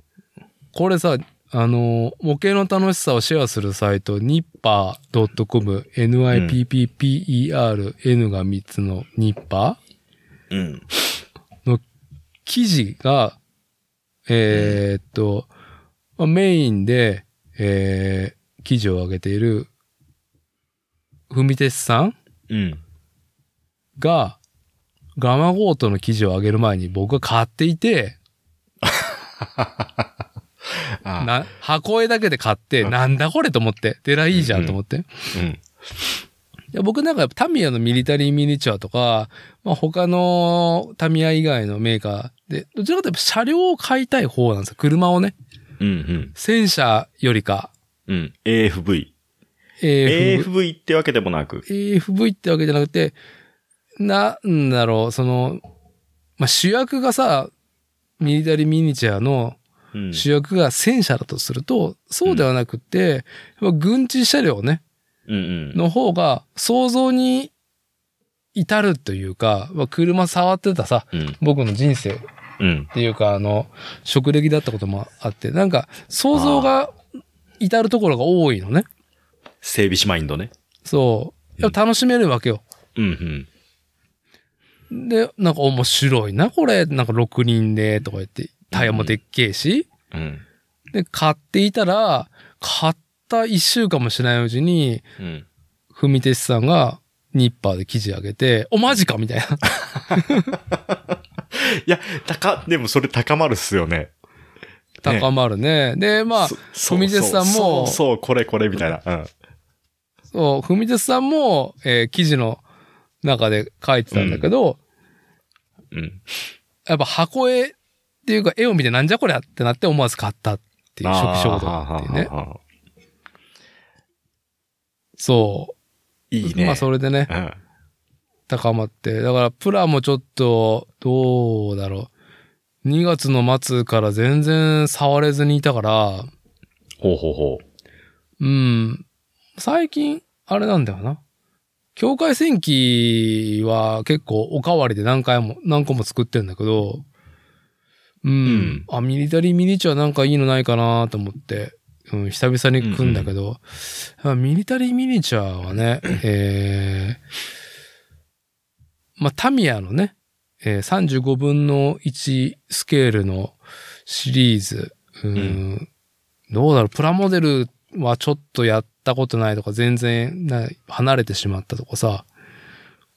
A: これさ、あの、模型の楽しさをシェアするサイト、nipper.com、nippper、n が3つの nipper
B: うん。
A: 記事が、えーっと、まあメインで、えー記事を上げている、ふみてしさん
B: うん。
A: が、ガマゴートの記事を上げる前に僕が買っていて、
B: あ
A: な箱絵だけで買って、なんだこれと思って、デラいいじゃんと思って。
B: うん。
A: いや僕なんかやっぱタミヤのミリタリーミニチュアとか、まあ、他のタミヤ以外のメーカーで、どちらかというと車両を買いたい方なんですよ。車をね。
B: うん。
A: 戦車よりか、
B: うん。うん。AFV。
A: AFV,
B: AFV ってわけでもなく。
A: AFV ってわけじゃなくて、なんだろう、その、まあ、主役がさ、ミリタリーミニチュアの
B: うん。
A: 主役が戦車だとすると、そうではなくて、やっぱ軍事車両ね、
B: うんうん。
A: の方が想像に至るというか、まあ車触ってたさ、
B: うん。
A: 僕の人生っ
B: うん。
A: ていうか、あの、職歴だったこともあって、なんか想像が至るところが多いのね。
B: 整備士マインドね。
A: そう。やっぱ楽しめるわけよ。
B: うん
A: で、なんか面白いな、これ。なんか6人で、とか言って、タイヤもでっけえし。
B: うん。うん。
A: で、買っていたら、買った1週間もしないうちに、
B: うん。
A: ふみてしさんが、ニッパーで記事上げて、お、マジかみたいな。
B: いや、高、でもそれ高まるっすよね。
A: 高まるね。で、まあ、
B: そそう
A: ふみでさんも
B: そう、そう、これこれみたいな。うん。
A: そう、ふみてしさんも、えー記事の中で書いてたんだけど、
B: うん。
A: やっぱ箱絵っていうか、絵を見てなんじゃこりゃってなって思わず買ったっていう、初期衝動っていうね
B: あー。はーはーはーは
A: そ
B: ー
A: う。
B: いいね。
A: まあ、それでね。
B: うん。
A: 高まって。だから、プラもちょっと、どうだろう。2月の末から全然触れずにいたから、
B: ほうほうほ
A: うん。最近、あれなんだよな。境界線機は結構おかわりで何回も、何個も作ってんだけど、うん。
B: ん
A: あ、ミリタリーミニチュアなんかいいのないかなと思って、うん、久々に組んだけど、まあミリタリーミニチュアはね、えー、まあ、タミヤのね、えー35分の1スケールのシリーズ、うん
B: う
A: どうだろう、プラモデルはちょっとやったことないとか、全然な離れてしまったとかさ、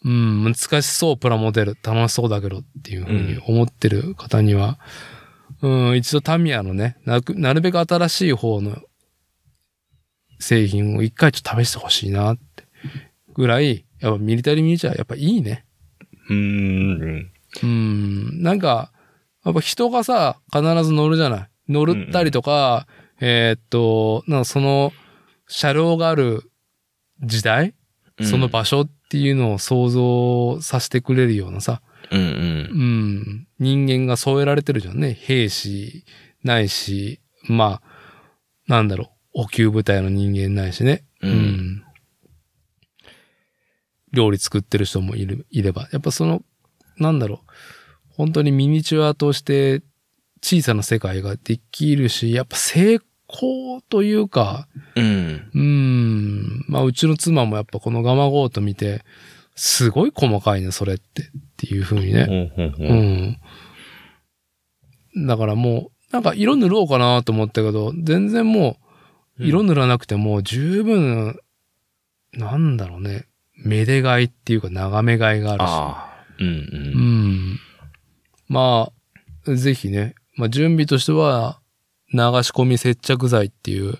A: うん、難しそう、プラモデル。楽しそうだけどっていうふうに思ってる方には、うん、一度タミヤのね、なくなるべく新しい方の製品を一回ちょっと試してほしいなってぐらい、やっぱミリタリーミニチュアやっぱいいね。
B: う。うーん。
A: うん、なんか、やっぱ人がさ、必ず乗るじゃない。乗るったりとか、えーっと、なんかその車両がある時代、その場所っていうのを想像させてくれるようなさ、
B: うんう。
A: うんん、人間が添えられてるじゃんね。兵士、ないし、まあ、なんだろう、補給部隊の人間ないしね。
B: うん
A: 料理作ってる人もいる、いれば。やっぱその、なんだろう、本当にミニチュアとして小さな世界ができるし、やっぱ成功というか、
B: うん。
A: うん。まあ、うちの妻もやっぱこのガマゴート見て、すごい細かいね、それって。っていう風にね。
B: ほうほうほう。
A: うん。だからもう、なんか色塗ろうかなと思ったけど、全然もう、色
B: うん
A: 塗らなくても十分、なんだろうね、めでがいっていうか眺めがいがあるし。
B: ああ。うん
A: う
B: うん。
A: ん。まあ、ぜひね、まあ準備としては、流し込み接着剤っていう、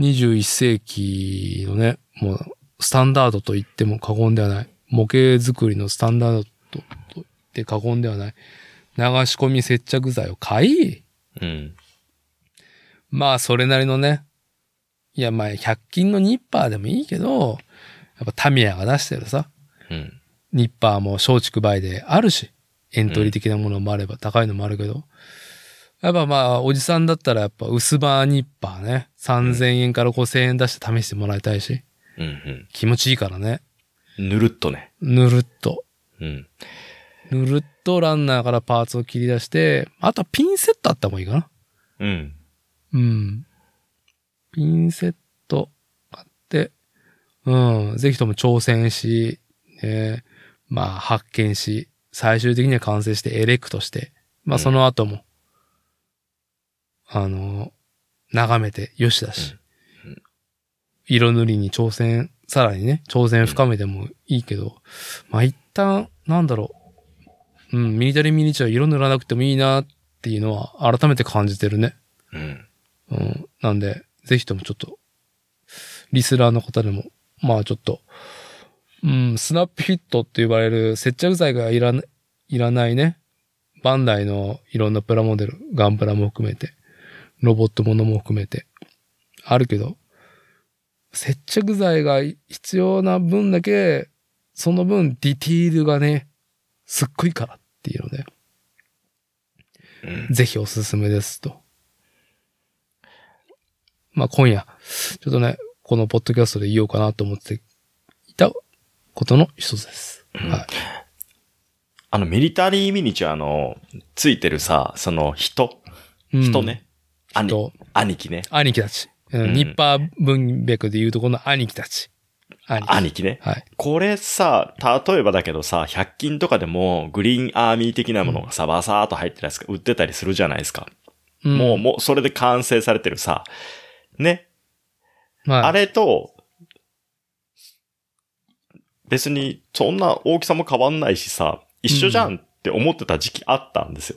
A: 21世紀のね、もう、スタンダードと言っても過言ではない。模型作りのスタンダードとと言って過言ではない。流し込み接着剤を買い、
B: うん。
A: まあ、それなりのね、いや、まあ、100均のニッパーでもいいけど、やっぱタミヤが出してるさ、
B: うん。
A: ニッパーも松竹梅であるし、エントリー的なものもあれば、高いのもあるけど、やっぱまあ、おじさんだったらやっぱ薄バーニッパーね、3000円から5000円出して試してもらいたいし、
B: うん。
A: 気持ちいいからね。
B: うん。ぬるっとね。
A: ぬるっと。
B: うん。
A: ぬるっとランナーからパーツを切り出して、あとはピンセットあった方がいいかな。
B: うん。
A: うん。ピンセット買って、うん、ぜひとも挑戦し、ね、まあ発見し、最終的には完成してエレクトして、まあ
B: うん
A: その後も、あの、眺めてよしだし、
B: うんうん
A: 色塗りに挑戦、さらにね、挑戦深めてもいいけど、まあ一旦、なんだろう、うん、ミリタリーミニチュア色塗らなくてもいいなっていうのは改めて感じてるね。
B: うん。
A: うん。なんで、ぜひともちょっと、リスラーの方でも、まあちょっと、うん、スナップフィットって呼ばれる接着剤がいらないらないね、バンダイのいろんなプラモデル、ガンプラも含めて、ロボットものも含めて、あるけど、接着剤が必要な分だけ、その分ディティールがね、すっごいからっていうので、
B: うん
A: ぜひおすすめですと。まあ今夜、ちょっとね、このポッドキャストで言おうかなと思っていたことの一つです。はい。
B: あの、ミリタリーミニチュアの、ついてるさ、その人、
A: うん
B: 人。ね。兄、
A: と、
B: 兄貴ね。
A: 兄貴たち。う
B: うん
A: ん、ニッパー文脈で言うとこの兄貴たち。兄貴。
B: 兄貴ね。
A: はい。
B: これさ、例えばだけどさ、100均とかでも、グリーンアーミー的なものがさ、バサーっと入ってるやつが売ってたりするじゃないですか。
A: ん
B: もう、もう、それで完成されてるさ、ね。
A: はい
B: あれと、別に、そんな大きさも変わんないしさ、一緒じゃんって思ってた時期あったんですよ。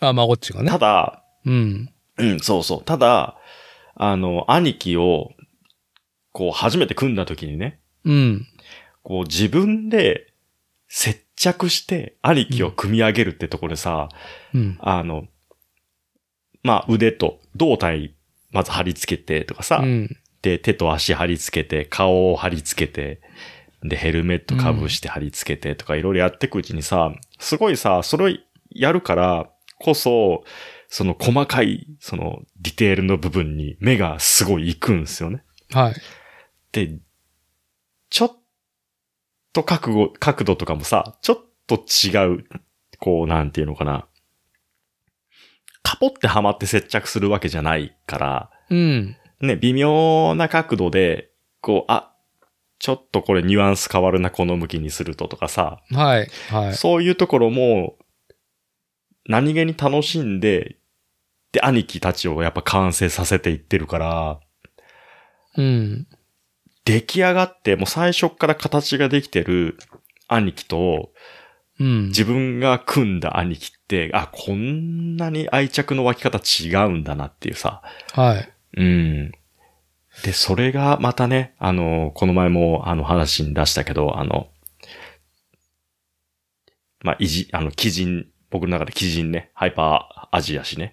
A: あ、まごっちがね
B: た。だ、
A: うん。
B: うん、そうそう。ただ、あの、兄貴を、こう、初めて組んだ時にね、
A: うん。
B: こう、自分で接着して、兄貴を組み上げるってところでさ、
A: うん。
B: あの、まあ、腕と胴体、まず貼り付けてとかさ、
A: うん。
B: で、手と足貼り付けて、顔を貼り付けて、で、ヘルメットかぶして貼り付けてとかいろいろやっていくうちにさ、すごいさ、それをやるからこそ、その細かい、そのディテールの部分に目がすごい行くんですよね。
A: はい。
B: で、ちょっと角度、角度とかもさ、ちょっと違う、こう、なんていうのかな。カポってはまって接着するわけじゃないから、
A: うん。
B: ね、微妙な角度で、こう、あ、ちょっとこれニュアンス変わるな、この向きにするととかさ、
A: はい。はい。
B: そういうところも、何気に楽しんで、で、兄貴たちをやっぱ完成させていってるから、
A: うん。
B: 出来上がって、もう最初っから形ができてる兄貴と、
A: うん。
B: 自分が組んだ兄貴って、あ、こんなに愛着の湧き方違うんだなっていうさ、
A: はい。
B: うん。で、それがまたね、あの、この前もあの話に出したけど、あの、まあ、いじ、あの、基人、僕の中で基人ね、ハイパーアジアしね、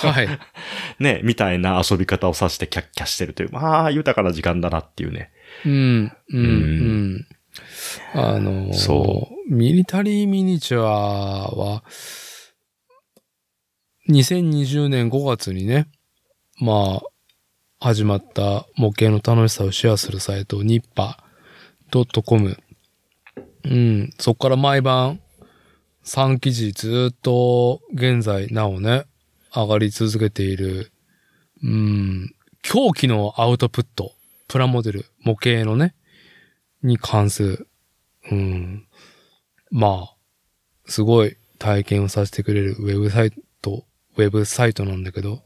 A: はい。
B: ね、みたいな遊び方をさしてキャッキャしてるという、まあ、豊かな時間だなっていうね。
A: うん、うん、
B: う
A: うん。あのー
B: そ
A: ミリタリーミニチュアは、2020年5月にね、まあ、始まった模型の楽しさをシェアするサイト、ニッパ .com。うん、そこから毎晩3記事ずっと現在なおね、上がり続けている、うん、狂気のアウトプット、プラモデル、模型のね、に関する、うん、まあ、すごい体験をさせてくれるウェブサイト、ウェブサイトなんだけど、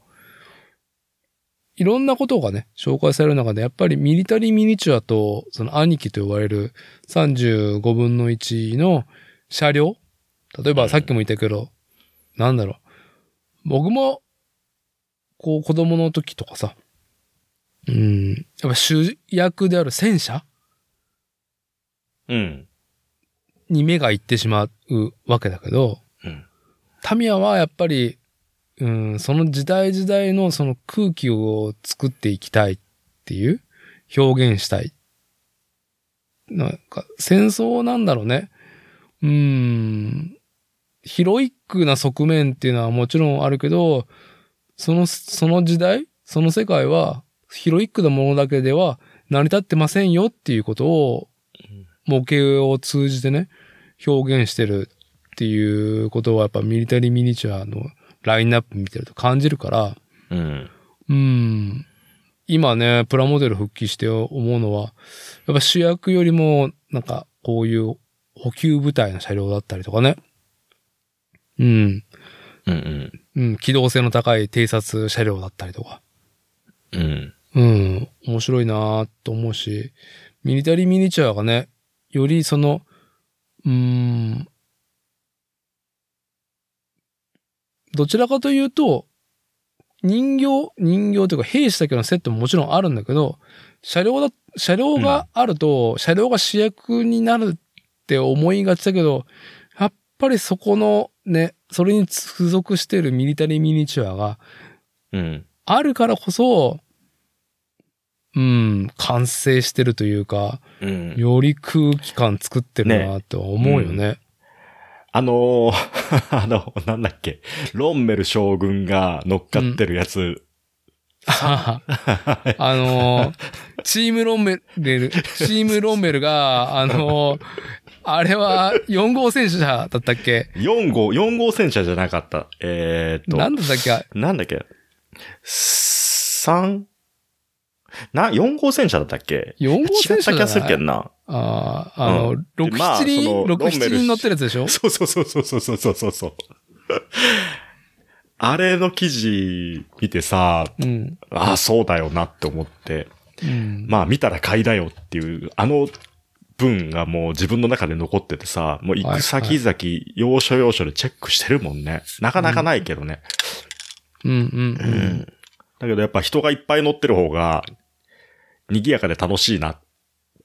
A: いろんなことがね、紹介される中で、やっぱりミリタリーミニチュアと、その兄貴と呼ばれる35分の1の車両例えばさっきも言ったけど、なんだろう。僕も、こう子供の時とかさ、うん、やっぱ主役である戦車
B: うん。
A: に目が行ってしまうわけだけど、
B: うん
A: タミヤはやっぱり、うん、その時代時代のその空気を作っていきたいっていう、表現したい。なんか、戦争なんだろうね。うん、ヒロイックな側面っていうのはもちろんあるけど、その、その時代、その世界は、ヒロイックなものだけでは成り立ってませんよっていうことを
B: うん、
A: 模型を通じてね、表現してるっていうことはやっぱミリタリーミニチュアのラインナップ見てると感じるから、
B: うん。
A: うん。今ね、プラモデル復帰して思うのは、やっぱ主役よりも、なんか、こういう補給部隊の車両だったりとかね。うん。
B: うん
A: うん。機動性の高い偵察車両だったりとか。
B: うん。うん。
A: うん。面白いなーと思うし、ミリタリーミニチュアがね、よりその、うーん、どちらかというと、人形、人形というか兵士だけのセットももちろんあるんだけど、車両だ、車両があると、車両が主役になるって思いがちだけど、やっぱりそこのね、それに付属しているミリタリーミニチュアが、
B: うん。
A: あるからこそ、うん、完成してるというか、
B: うん。
A: より空気感作ってるなとは思うよね。
B: あのー あの、なんだっけ、ロンメル将軍が乗っかってるやつ、
A: あのー、チームロンメル、チームロンメルが、あのー、あれは4号戦車だったっけ
B: 4号、4号戦車じゃなかった。えー、っと、
A: なんだったっけ
B: なんだっけ、3? な、4号戦車だったっけ
A: ?4 号
B: 違っ
A: 戦車
B: た気
A: じゃ
B: がする
A: な
B: け
A: い
B: どな。
A: あーあの、
B: うん
A: 6、
B: まあ
A: 7人、
B: その
A: 6、
B: ロンメ
A: 7
B: ル
A: 人乗ってるやつでしょ
B: そうそうそうそうそうそうそうそう。あれの記事見てさ、
A: うん。
B: ああ、そうだよなって思って、
A: うん。
B: まあ見たら買いだよっていう、あの文がもう自分の中で残っててさ、もう行く先々、要所要所でチェックしてるもんね。なかなかないけどね。
A: うんうんうん。
B: だけどやっぱ人がいっぱい乗ってる方が、賑やかで楽しいなっ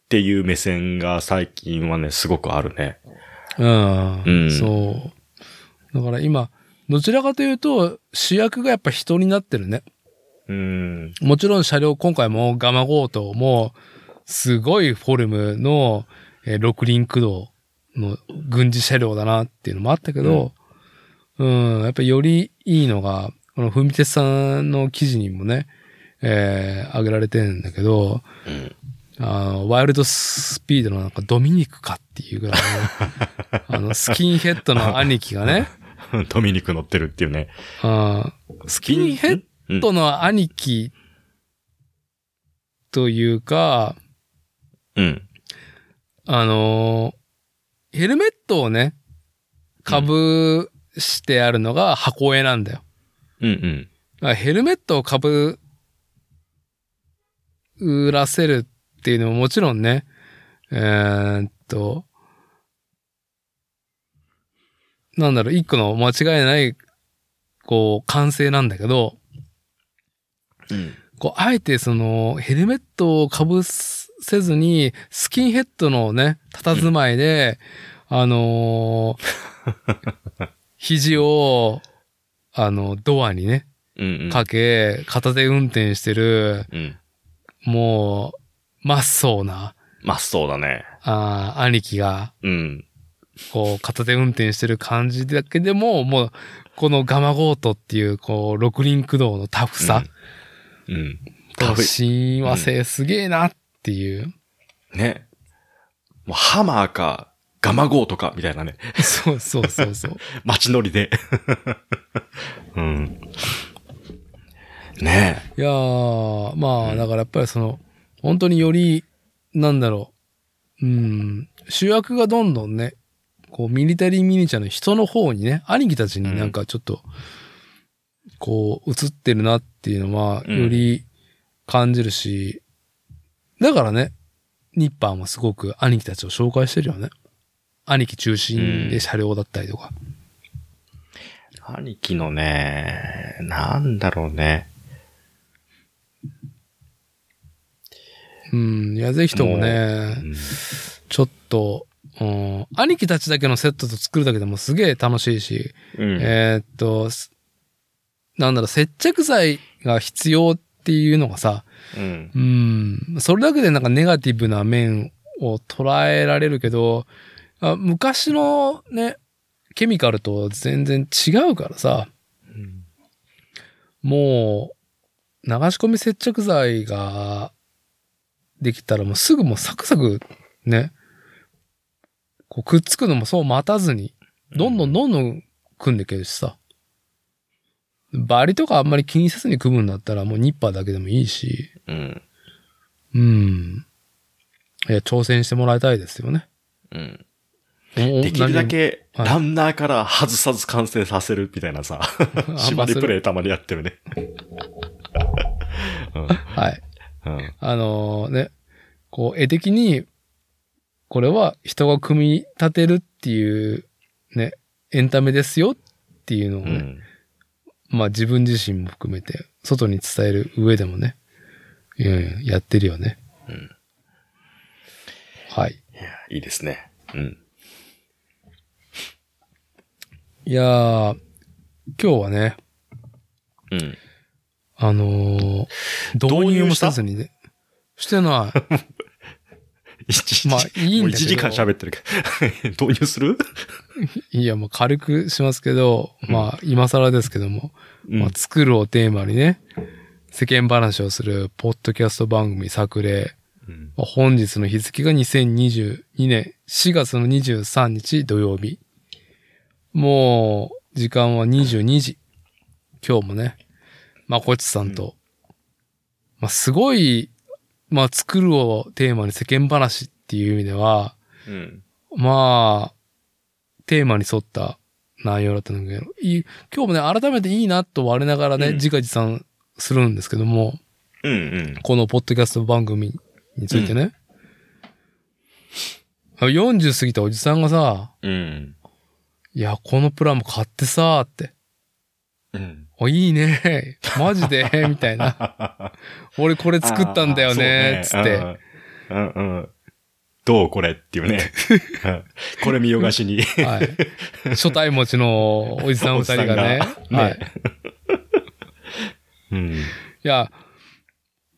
B: ていう目線が最近はね、すごくあるね。
A: うん、
B: うん
A: そう。だから今、どちらかというと、主役がやっぱ人になってるね。
B: うん。
A: もちろん車両、今回もガマゴートも、すごいフォルムの、えー六輪駆動の軍事車両だなっていうのもあったけど、うん、やっぱりよりいいのが、この文鉄さんの記事にもね、えー、挙げられてるんだけど、
B: うん
A: あの、ワイルドスピードのなんかドミニクかっていうぐらいの、あの、スキンヘッドの兄貴がね、
B: ドミニク乗ってるっていうね。
A: あースキンヘッ
B: うん
A: ドの兄貴というか、
B: うん。
A: あのーヘルメットをね、被してあるのが箱絵なんだよ。
B: うんうん。
A: だからヘルメットを被らせるっていうのももちろんね、えーっと、なんだろう、一個の間違いない、こう、完成なんだけど、
B: うん。
A: こう、あえてその、ヘルメットを被せずに、スキンヘッドのね、佇まいで、あの ー肘を、あの、ドアにね、
B: うんうん。
A: かけ、片手運転してる、
B: うん。
A: もう、まっそうな、
B: まあそうだね。
A: あー兄貴が、
B: うん。
A: こう、片手運転してる感じだけでも、もう、このガマゴートっていう、こう、六輪駆動のタフさ、
B: うん。
A: と親和性すげえなっていう。
B: ね。もうハマーか、ガマゴーとか、みたいなね。
A: そうそうそうそう。
B: 街乗りで。 うん。ね
A: いやー、まあ、だからやっぱりその、本当により、なんだろう、うん、主役がどんどんね、こう、ミリタリーミニチュアの人の方にね、兄貴たちになんかちょっと、こう、映ってるなっていうのは、
B: うん
A: より感じるし、だからね、ニッパーもすごく兄貴たちを紹介してるよね。兄貴中心で車両だったりとか。
B: 兄貴のね、なんだろうね。
A: うん、いや、ぜひともね、
B: うん
A: ちょっと、うん、兄貴たちだけのセットと作るだけでもすげえ楽しいし、
B: うん。
A: えーっと、すなんだろう、接着剤が必要っていうのがさ、
B: うん。
A: うん、それだけでなんかネガティブな面を捉えられるけど、あ昔のね、ケミカルと全然違うからさ、もう、流し込み接着剤ができたらもうすぐもうサクサクね、こうくっつくのもそう待たずに、どんどんどんどん組んでいけるしさ。バリとかあんまり気にせずに組むんだったらもうニッパーだけでもいいし、
B: うん。
A: うん。いや、挑戦してもらいたいですよね。
B: うん。
A: で
B: できるだけ、
A: はい
B: ランナーから外さず完成させるみたいなさ、縛りプレイたまにやってるね。
A: はい。
B: うん。うん。
A: あのね、こう、絵的に、これは人が組み立てるっていう、ね、エンタメですよっていうのを
B: う
A: ね、
B: ん。
A: まあ自分自身も含めて、外に伝える上でもね、うん、やってるよね。
B: うん
A: はい。
B: いや、いいですね。うん。
A: いやー、今日はね、
B: うん。
A: あのー
B: 導
A: 導入
B: 入
A: も
B: した
A: せずにね、してない。
B: 一
A: まあいいんだけど
B: もう1時間喋ってるけど。 導入する
A: いや、もう軽くしますけど、まあ、今更ですけども、
B: うん
A: まあ、作るをテーマにね、世間話をするポッドキャスト番組作例、
B: うん。
A: まあ本日の日付が2022年4月の23日土曜日。もう、時間は22時。今日もね、まあ、こちさんと、まあ、すごい、まあ、作るをテーマに世間話っていう意味では、
B: うん。
A: まあ、テーマに沿った内容だったんだけど、いい今日もね、改めていいなと我ながらね、
B: うん
A: 自画自賛するんですけども、
B: うんうん。
A: このポッドキャスト番組についてね。40過ぎたおじさんがさ、
B: うん。
A: いや、このプランも買ってさ、って。
B: うん。
A: お、いいね。 マジでみたいな。俺これ作ったんだよね。
B: あー
A: つ
B: そう
A: って。
B: うんうんうん。どうこれっていうね。うんこれ見よが しに。
A: はい。初対持ちのおじさん二人がね。
B: おじさんが
A: はい。
B: うん。
A: いや、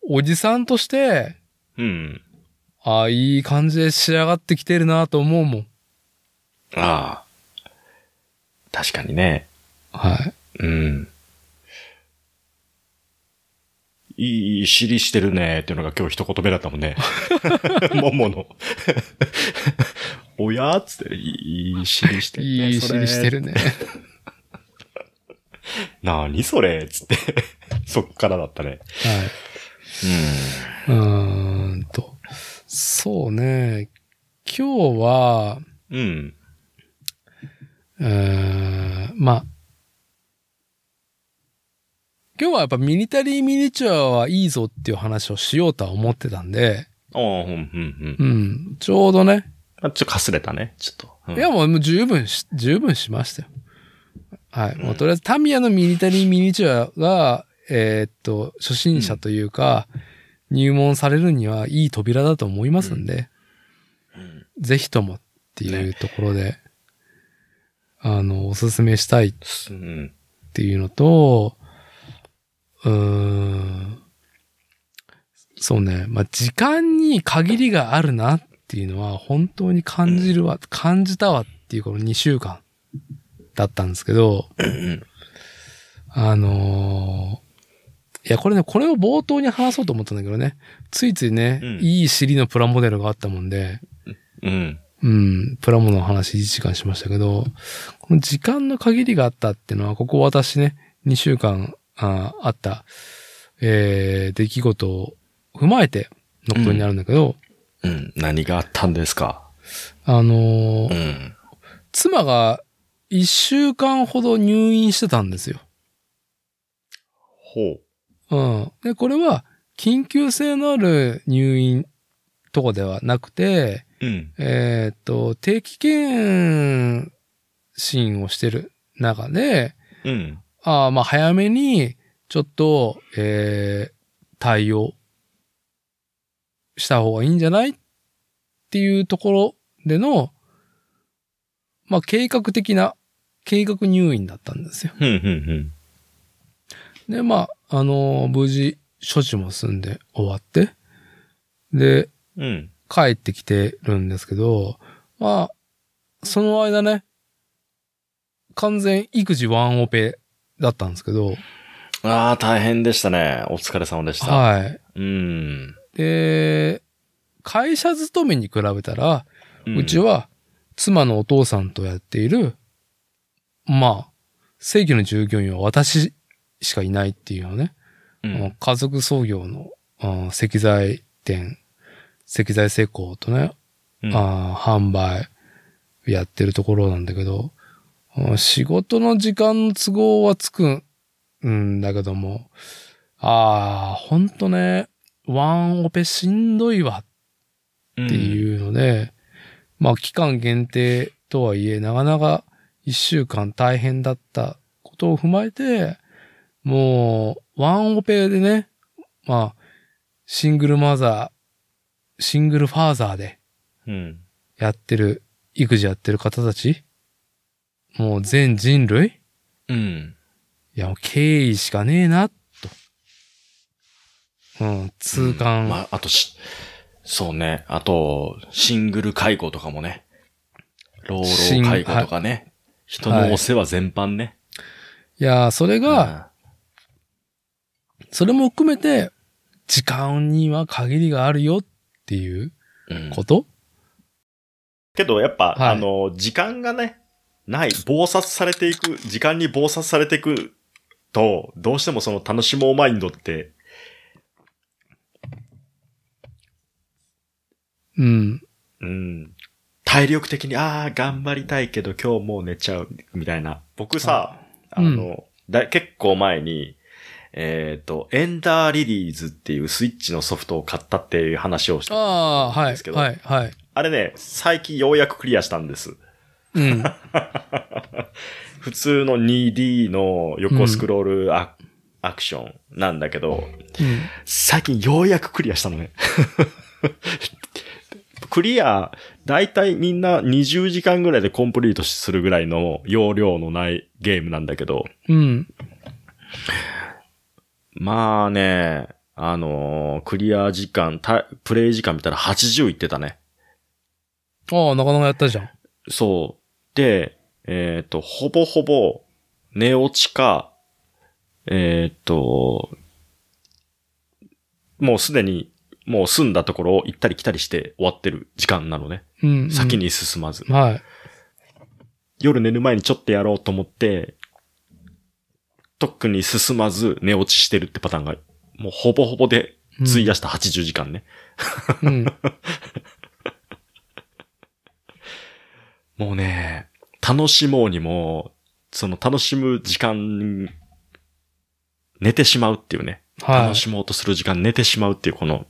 A: おじさんとして、
B: うん。
A: ああ、いい感じで仕上がってきてるなと思うもん。
B: ああ。確かにね。
A: はい。
B: うん。いい尻してるねっていうのが今日一言目だったもん ね。ももの。おやっつって、いい尻してるね。
A: いい
B: それ
A: 尻して。るね。
B: なにそれつって。そっからだったね。
A: はい。うーんと。そうね。今日は、
B: うん。
A: う
B: うん。
A: ーん、まあ。今日はやっぱミリタリーミニチュアはいいぞっていう話をしようとは思ってたんで、
B: ああ、うん、うん、う。
A: うんん、ちょうどね。
B: あちょっとかすれたね。ちょっと。うん
A: いやもうもう十分し、十分しましたよ。はい。もうとりあえずタミヤのミニタリーミニチュアが、えーっと、初心者というか、入門されるにはいい扉だと思いますんで、
B: うん
A: ぜひともっていうところで、あの、おすすめしたいっ
B: うん。
A: ていうのと、うーん、そうね、まあ、時間に限りがあるなっていうのは本当に感じるわ、感じたわっていうこの2週間だったんですけど、
B: うん。
A: あのーいや、これね、これを冒頭に話そうと思ったんだけどね、ついついね、
B: うん
A: いい尻のプラモデルがあったもんで、
B: うん。
A: うん、プラモの話1時間しましたけど、この時間の限りがあったっていうのは、ここ私ね、2週間ああった、えー、出来事を踏まえてのことになるんだけど、
B: うん。何があったんですか
A: あのー
B: うん。
A: 妻が1週間ほど入院してたんですよ。
B: ほう。
A: うん。で、これは、緊急性のある入院とかではなくて、
B: うん。
A: えーっと、定期検診をしてる中で、
B: うん。
A: ああ、まあ早めに、ちょっと、えー、対応した方がいいんじゃないっていうところでの、まあ計画的な、計画入院だったんですよ。
B: うん。うん。
A: で、まあ、あのー無事、処置も済んで終わって、で、
B: うん。
A: 帰ってきてるんですけど、まあ、その間ね、完全育児ワンオペだったんですけど、
B: ああ、大変でしたね。お疲れ様でした。
A: はい。
B: うん。
A: で、会社勤めに比べたら、
B: う
A: うんち、は妻のお父さんとやっている、まあ、正規の従業員は私しかいないっていうのね。
B: う
A: あの
B: ん。
A: 家族創業のあ石材店、石材施工とね、
B: うん
A: あー販売やってるところなんだけど、うん仕事の時間の都合はつくんだけども、ああ、ほんとね、ワンオペしんどいわっていうので、まあ期間限定とはいえ、なかなか一週間大変だったことを踏まえて、もう、ワンオペでね、まあ、シングルマザー、シングルファーザーで
B: うん。
A: やってる、育児やってる方たち、もう全人類い
B: うん。
A: や、もう敬意しかねえな、と。うん、痛
B: うん
A: 感。
B: まあ、あとし、そうね。あと、シングル介護とかもね。老
A: シン
B: 老介護とかね。人のお世話全般ね。
A: いや、それが、
B: が、
A: それも含めて、時間には限りがあるよっていう
B: うん
A: こと、
B: けどやっぱ、
A: はい
B: あの、時間がね、ない、暴殺されていく、時間に暴殺されていくと、どうしてもその楽しもうマインドって、
A: うん、
B: うん、体力的に、ああ、頑張りたいけど今日もう寝ちゃう、みたいな。僕さ、あ
A: うん
B: の、だ結構前に、えっ、と、エンダーリリーズっていうスイッチのソフトを買ったっていう話をした。
A: ああ、は
B: ですけ
A: い、
B: ど
A: はい、はい。
B: あれね、最近ようやくクリアしたんです。
A: うん。
B: 普通の 2D の横スクロールア,、アクションなんだけど、最近ようやくクリアしたのね。 クリア、だいたいみんな20時間ぐらいでコンプリートするぐらいの容量のないゲームなんだけど、
A: うん。うん。
B: まあね、あのークリア時間、たプレイ時間見たら80いってたね。
A: ああ、なかなかやったじゃん。
B: そう。で、えっ、と、ほぼほぼ、寝落ちか、えっ、と、もうすでに、もう済んだところを行ったり来たりして終わってる時間なのね。
A: うん、うん
B: 先。に進まず。
A: はい。
B: 夜寝る前にちょっとやろうと思って、特に進まず寝落ちしてるってパターンが、もうほぼほぼで
A: うん
B: 費やした80時間ね。
A: うん。
B: もうね、楽しもうにも、その楽しむ時間、寝てしまうっていうね。
A: は
B: 楽しもうとする時間寝てしまうっていうこの、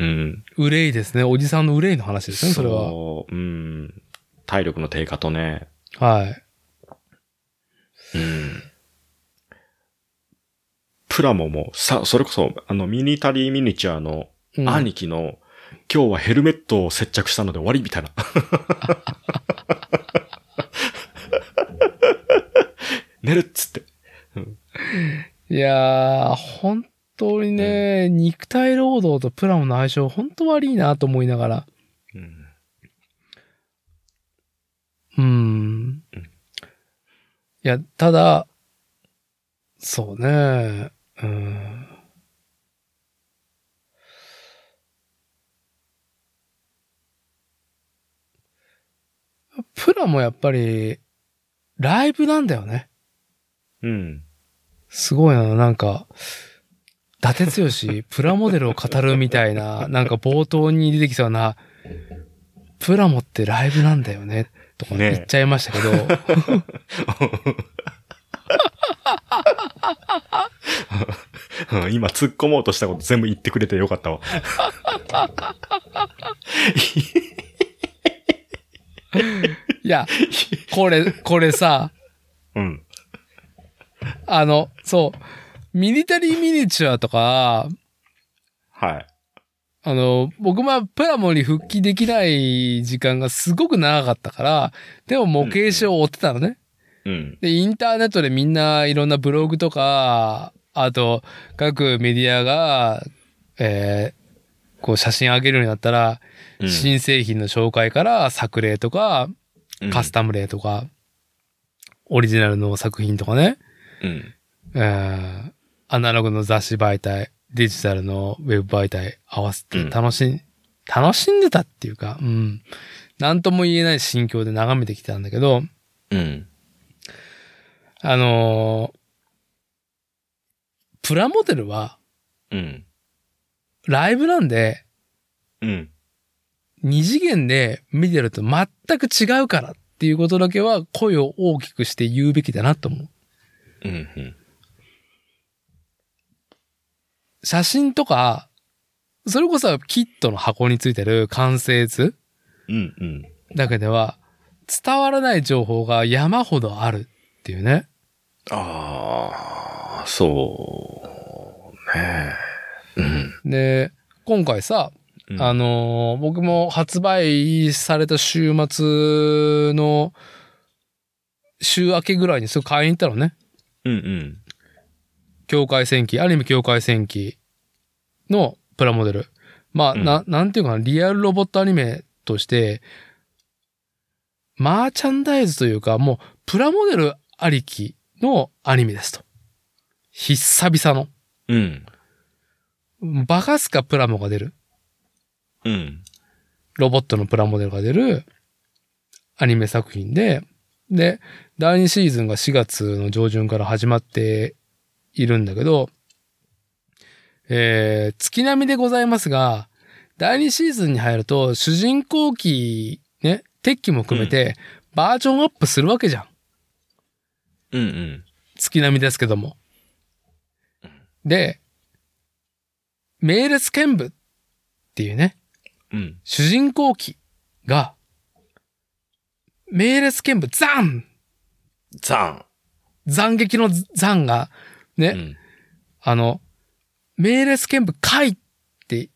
B: うん。
A: い。憂いですね。おじさんの憂いの話ですね、それは。
B: う、うん。体力の低下とね、
A: はい。
B: うん。プラモも、さ、それこそ、あの、ミニタリーミニチュアの
A: うん、
B: 兄貴の、今日はヘルメットを接着したので終わりみたいな。 寝るっつって。
A: いやー、本当にね、肉体労働とプラモの相性、本当悪いなと思いながら。
B: うん
A: うん。
B: うん
A: いや、ただ、そうね、うん。プラもやっぱり、ライブなんだよね。
B: うん。
A: すごいな、なんか、伊達剛、プラモデルを語るみたいな、なんか冒頭に出てきそうな、プラモってライブなんだよね、とか
B: ねえ
A: 言っちゃいましたけど、
B: うん今突っ込もうとしたこと全部言ってくれてよかったわ。
A: いや、これ、これさ、
B: うん。
A: あの、そう、ミリタリーミニチュアとか、
B: はい。
A: あの、僕もプラモに復帰できない時間がすごく長かったから、でも模型師を追ってたのね。
B: うん。
A: で、インターネットでみんないろんなブログとか、あと、各メディアが、えーこう写真上げるようになったら、新製品の紹介から作例とか、カス
B: タ
A: タム例とか、オリジナルの作品とかね、
B: うん。
A: えーアナログの雑誌媒体、デジタルのウェブ媒体合わせて楽しん、楽しんでたっていうか、うん。なんとも言えない心境で眺めてきたんだけど、
B: うん。
A: あのプラモデルは
B: うん。
A: ライブなんで、
B: うん。
A: 二次元で見てると全く違うからっていうことだけは声を大きくして言うべきだなと思う。
B: うん。うん。
A: 写真とか、それこそキットの箱についてる完成図
B: うん。うん。
A: だけでは伝わらない情報が山ほどあるっていうね。
B: ああ、そう、ねうん。
A: で、今回さ、
B: うん
A: あのー僕も発売された週末の週明けぐらいにすぐ買いに行ったのね。
B: うん
A: 境界戦記、アニメ境界戦記のプラモデル。まあ、
B: うん
A: な、なんていうかな、リアルロボットアニメとして、マーチャンダイズというか、もう、プラモデルありきのアニメですと。久々の。
B: うん。うん。
A: バカスカプラモが出る。
B: うん。
A: ロボットのプラモデルが出るアニメ作品で、で、第2シーズンが4月の上旬から始まっているんだけど、えー、月並みでございますが、第2シーズンに入ると、主人公機、ね、敵機も含めて、バージョンアップするわけじゃん。
B: うん。うん。
A: 月並みですけども。で、メーレス剣舞っていうね、
B: うん。
A: 主人公機が、メーレス剣舞、ザン
B: ザ
A: 斬撃のザンが、ね、
B: ン。うん。
A: あの、メーレス剣舞、カイって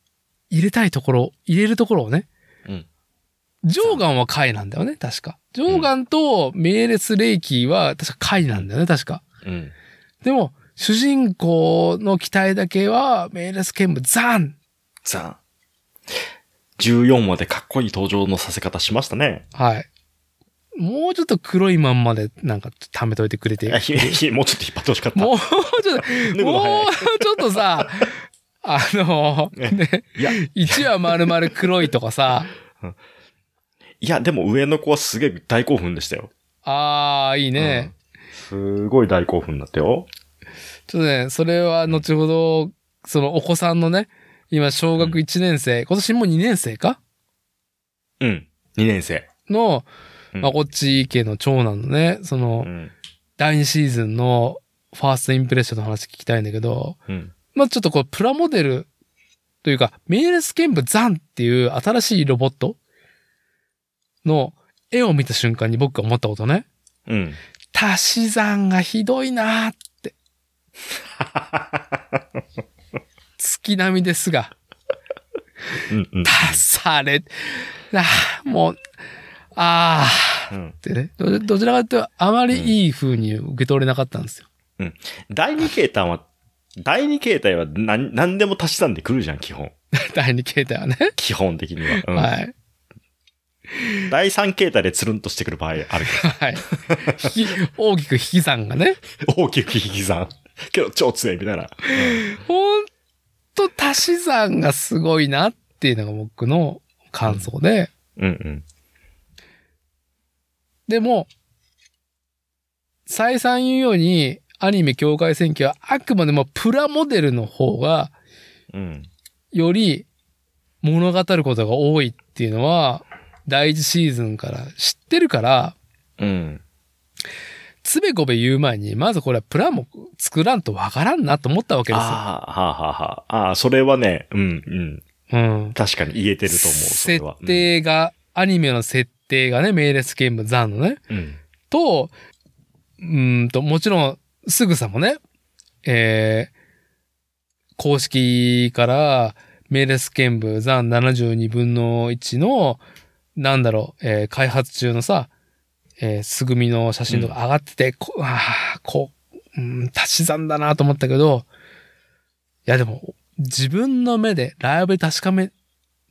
A: 入れたいところ、入れるところをね、
B: うん
A: ジョーガンはカイなんだよね、確か。ジョーガンとメーレスレイキーは、確かカイなんだよね、確か。
B: うん。
A: でも、主人公の機体だけは、メーレス剣舞、ザン
B: ザン。14話でかっこいい登場のさせ方しましたね。
A: はい。もうちょっと黒いまんまで、なんか、貯めといてくれて
B: いや、ひひもうちょっと引っ張ってほしかった。
A: もうちょっ
B: 脱
A: と、
B: ぐの
A: も
B: 早いう
A: ちょっとさ、あの、
B: ね
A: ね、
B: いや、い
A: 1話丸々黒いとかさ、
B: や、でも上の子はすげえ大興奮でしたよ。
A: ああ、いいね、
B: うんすごい大興奮だったよ。
A: ちょっとね、それは後ほど、そのお子さんのね、今小学1年生、今年もう2年生か
B: うん。2年生。
A: の、
B: うん
A: まあ、こっち家の長男のね、そうの、
B: ん。
A: 第2シーズンのファーストインプレッションの話聞きたいんだけど、
B: うん。
A: まあちょっとこう、プラモデルというか、メーレス剣舞ザンっていう新しいロボットの絵を見た瞬間に僕が思ったことね。
B: うん。
A: 足し算がひどいなー って。月並みですが、
B: うん。うん
A: 足され、あーもう、ああ
B: うん。
A: ってね。どどちらかというと、あまりいい風に受け取れなかったん ですよ。
B: 第2形態は、第2形態は何何でも足し算で来るじゃん、基本。
A: 第二形態はね。
B: 基本的には。うん
A: はい。
B: 第3形態でつるんとしてくる場合あるけ
A: はい。引き大きく引き算がね。
B: ど。 大きく引き算。けど超強いみたいな。
A: ほんと足し算がすごいなっていうのが僕の感想で。
B: うんうん。
A: でも、再三言うように、アニメ境界選挙はあくまでもプラモデルの方が、
B: うん。
A: より物語ることが多いっていうのは、第一シーズンから知ってるから、
B: うん。
A: つべこべ言う前に、まずこれはプラも作らんとわからんなと思ったわけ
B: あ
A: で
B: あ
A: すよ。
B: はあはあはあ。ああ、それはね、うんうん。
A: うん。
B: 確かに言えてると思う。それは
A: 設。定が、アニメの設定がね、メイレスゲームザンのね、
B: うん。
A: と、うーんと、もちろん、すぐさもね、えー、公式から、メーレス剣部残72分の1の、なんだろう、えー開発中のさ、えー、すぐみの写真とか上がってて、こあーこう、うん、足し算だなと思ったけど、いやでも、自分の目でライブで確かめ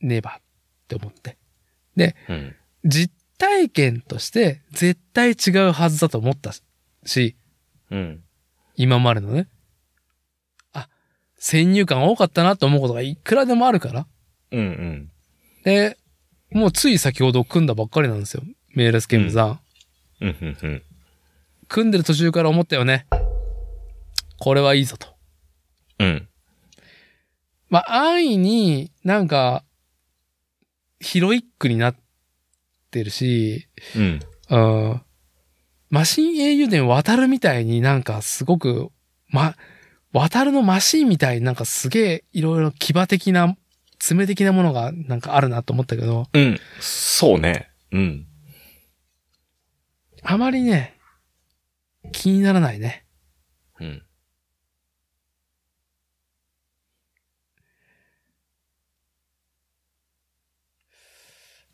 A: ねばって思って。
B: うん。
A: 実体験として絶対違うはずだと思ったし、
B: うん。
A: 今までのね。あ、先入観多かったなと思うことがいくらでもあるから。
B: うんうん。
A: で、もうつい先ほど組んだばっかりなんですよ。メールスケームさん。
B: うんうんうん。
A: 組んでる途中から思ったよね。これはいいぞと。
B: うん。
A: まあ、安易になんか、ヒロイックになってるし、
B: うん。
A: うん、マシン英雄伝渡るみたいになんかすごく、ま、渡るのマシンみたいになんかすげえいろいろ牙的な、爪的なものがなんかあるなと思ったけど、
B: うん。そうね。うん。
A: あまりね、気にならないね。
B: うん。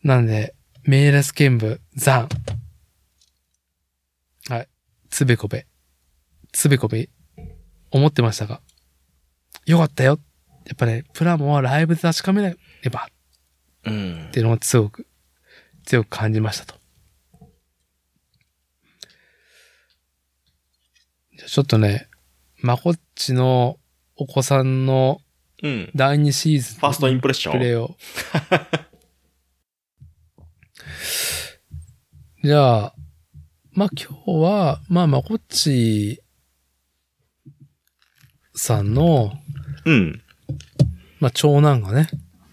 A: なんで、メーレス剣部、ザン。はい。つべこべ。つべこべ。思ってましたが。よかったよ。やっぱね、プラモはライブで確かめればっ
B: うん。
A: ていうのを強く、強く感じましたと。じゃあちょっとね、まこっちのお子さんの
B: うん。
A: 第2シーズン。
B: ファーストインプレッショ
A: プレ
B: ン。
A: イを。 じゃあ、まあ今日は、まあまこっちさんの、
B: うん。
A: まあ長男がね、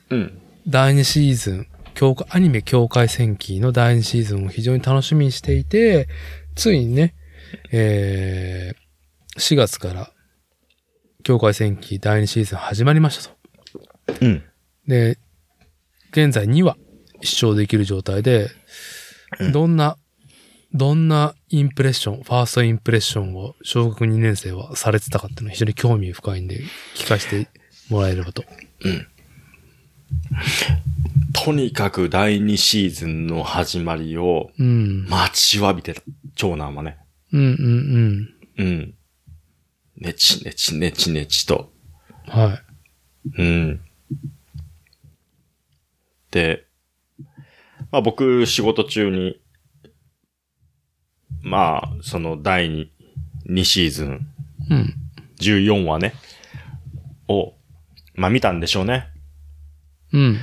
B: うん。
A: 第2シーズン、教科アニメ境界戦記の第2シーズンを非常に楽しみにしていて、ついにね、えー、4月から、境界戦記第2シーズン始まりましたと。
B: うん。
A: で、現在2話視聴できる状態で、
B: うん
A: どんな、どんなインプレッション、ファーストインプレッションを小学2年生はされてたかっていうのは非常に興味深いんで、聞かせてもらえればと。
B: とにかく第2シーズンの始まりを
A: うん。
B: 待ちわびてた。長男はね。
A: うんうん
B: うん。ねちねちねちねちと。
A: うん。はい。
B: うん。で、まあ僕、仕事中に、まあ、その第 2, 2シーズン、
A: うん。
B: 14話ね、を、まあ見たんでしょうね。
A: うん。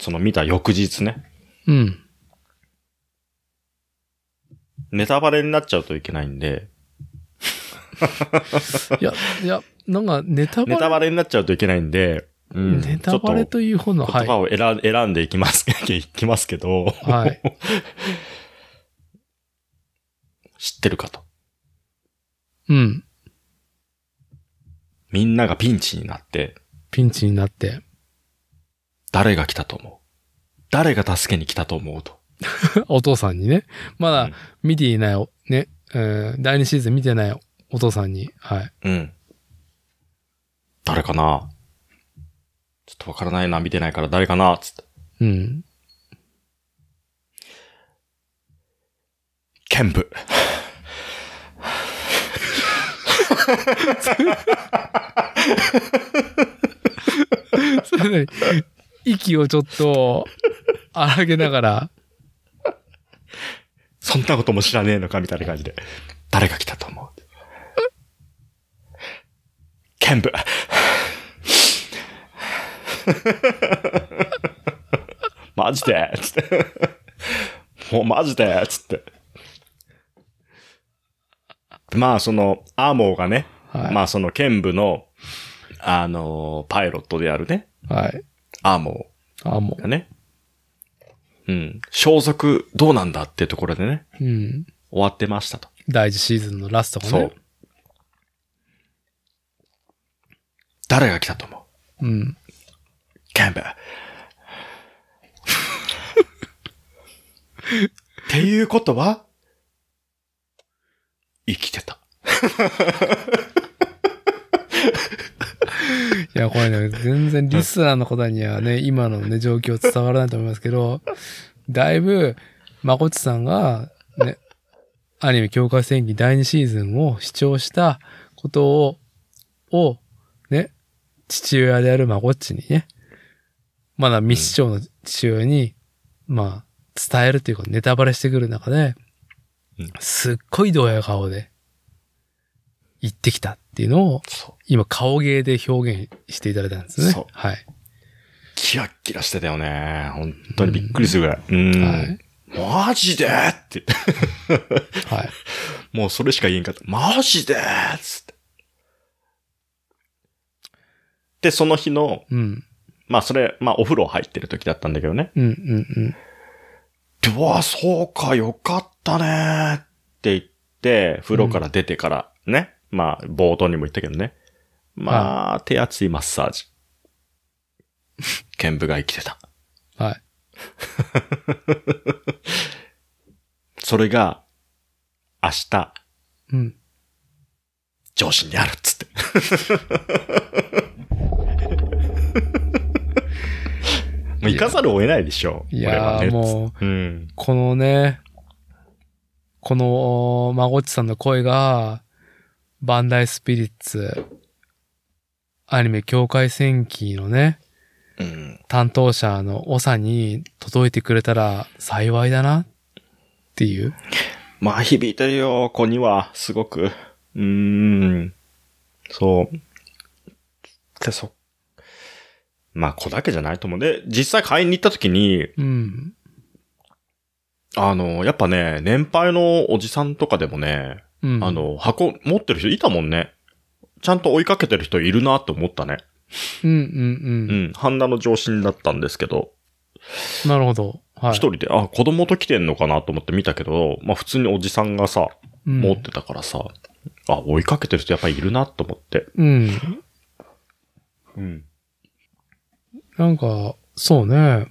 B: その見た翌日ね。
A: うん。
B: ネタバレになっちゃうといけないんで、
A: いや、いや、なんかネタ
B: ネ
A: バ
B: タ
A: レ、
B: バレになっちゃうといけないんで、うん、
A: ネタバレ
B: ちょっ
A: という方の、
B: と
A: は
B: 言葉
A: い。
B: を選,、選んでい きます、いきますけど、
A: はい。
B: 知ってるかと。
A: うん。
B: みんながピンチになって、
A: ピンチになって。
B: 誰が来たと思う誰が助けに来たと思うと。
A: お父さんにね。ま
B: う
A: だ
B: ん
A: 見ていないお、ね、うん第2シーズン見てないお父さんに、はい。
B: うん。誰かなちょっとわからないな、見てないから誰かなつって。
A: うん。
B: 剣舞。
A: それなり息をちょっと荒げながら、
B: そんなことも知らねえのかみたいな感じで。誰が来たと思う剣舞。マジでつって。もうマジでつって。まあ、その、アーモーがね、
A: はい。
B: まあ、その剣舞の、あのーパイロットであるね、
A: はい。
B: アーモ
A: あ、も
B: ーがね、うん、消息どうなんだってところでね、
A: う。うん。
B: 終わってましたと。
A: 第一シーズンのラストがね。
B: そう。。誰が来たと思う
A: うん。
B: キャンベル。っていうことは、生きてた。
A: いや、これね、全然リスナーの方にはね、今のね、状況伝わらないと思いますけど、だいぶ、まこっちさんが、ね、アニメ強化戦記第2シーズンを視聴したことを、を、ね、父親であるまこっちにね、まだ未視聴の父親に、まあ、伝えるというか、ネタバレしてくる中で
B: うん、
A: すっごいドヤ顔で、行ってきたっていうのを、
B: そう。
A: 今、顔芸で表現していただいたんですね。
B: そう
A: はい。
B: キラッキラしてたよね。本当にびっくりするぐらい。うん。
A: はい。
B: マジでって。
A: はい。
B: もうそれしか言えんかった。マジでーっつって。で、その日の、
A: うん。
B: まあそれ、まあお風呂入ってる時だったんだけどね。
A: うん、うん、
B: でうわ、そうか、よかったねーって言って、風呂から出てからね。まあ、冒頭にも言ったけどね。まあ、手厚いマッサージ。 剣舞が生きてた。
A: うん。はい。
B: それが、明日、
A: うん。
B: 上司にあるっつって。 もう行かざるを得ないでしょ。
A: いや
B: これ
A: ー、
B: はね
A: もう、
B: うん。
A: このね、この、まごっちさんの声が、バンダイスピリッツ、アニメ境界戦記のね、
B: うん。
A: 担当者の長に届いてくれたら幸いだなっていう。
B: まあ、響いてるよ、子には、すごく。うーん。そう。で、そ、まあ、子だけじゃないと思う。で、実際買いに行った時に、
A: うん。
B: あの、やっぱね、年配のおじさんとかでもね、
A: うん。
B: あ、の、箱持ってる人いたもんね。ちゃんと追いかけてる人いるなって思ったね。
A: うんうん
B: う
A: うん。
B: ん、半田の上心だったんですけど、
A: なるほど。はい。
B: 一、人で、あ、子供と来てんのかなと思って見たけど、まあ普通におじさんがさ、
A: うん
B: 持ってたからさ、あ、追いかけてる人やっぱりいるなと思って。
A: うん。
B: うん。
A: なんか、そうね。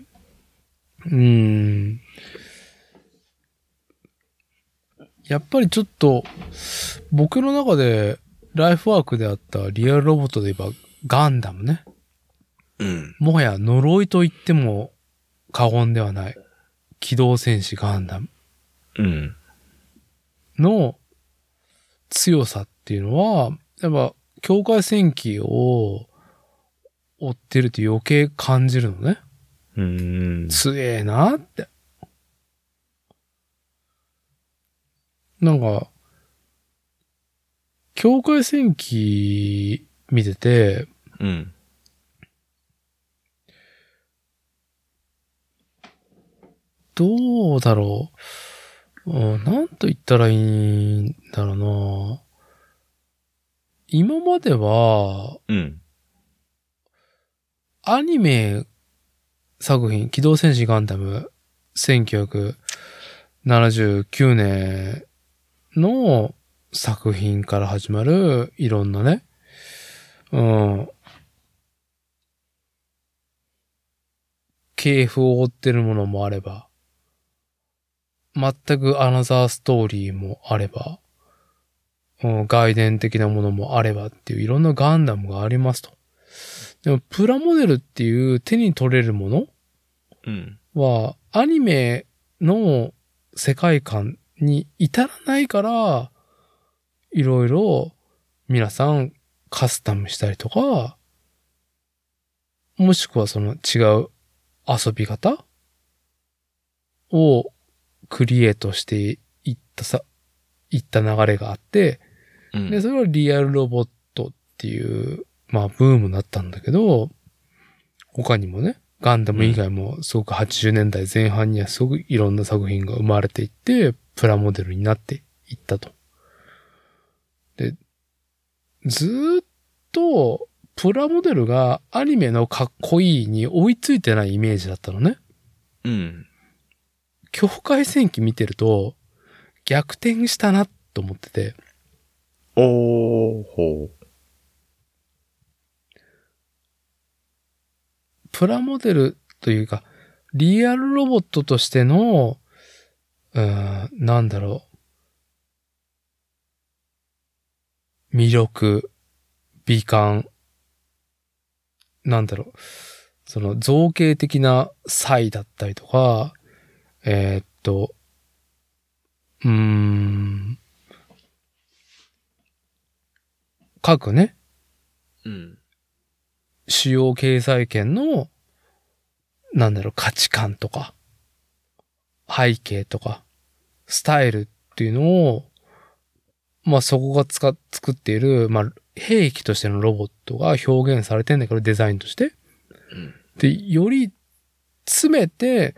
A: うん。やっぱりちょっと、僕の中で、ライフワークであったリアルロボットで言えば、ガンダムね。
B: うん。
A: もはや呪いと言っても過言ではない。機動戦士ガンダム
B: うん。
A: の強さっていうのは、やっぱ、境界戦記を追ってると余計感じるのね。
B: うん。
A: 強えなって。なんか、境界戦記見てて、
B: うん。
A: どうだろう。うん、なんと言ったらいいんだろうな。今までは、
B: うん。
A: アニメ作品、機動戦士ガンダム、1979年の作品から始まる、いろんなね、うん、系譜を追ってるものもあれば、全くアナザーストーリーもあれば、うん、外伝的なものもあればっていういろんなガンダムがありますと。でも、プラモデルっていう手に取れるもの
B: うん。
A: は、アニメの世界観に至らないから、いろいろ皆さんカスタムしたりとか、もしくはその違う遊び方をクリエイトしていったさ、いった流れがあって、
B: うん
A: で、それはリアルロボットっていう、まあ、ブームになったんだけど、他にもね、ガンダム以外もすごく80年代前半にはすごくいろんな作品が生まれていって、プラモデルになっていったと。で、ずーっと、プラモデルがアニメのかっこいいに追いついてないイメージだったのね。
B: うん。
A: 境界戦記見てると、逆転したなと思ってて。
B: おー、ほ
A: プラモデルというか、リアルロボットとしての、うーん、なんだろう。魅力、美観、なんだろう。その造形的な才だったりとか、えーっと、うーん、各ね、
B: う。うん。
A: 主要経済圏の、なんだろう、価値観とか、背景とか、スタイルっていうのを、まあそこが使っ作っている、まあ兵器としてのロボットが表現されてんだけど、デザインとして。
B: うん
A: で、より詰めて、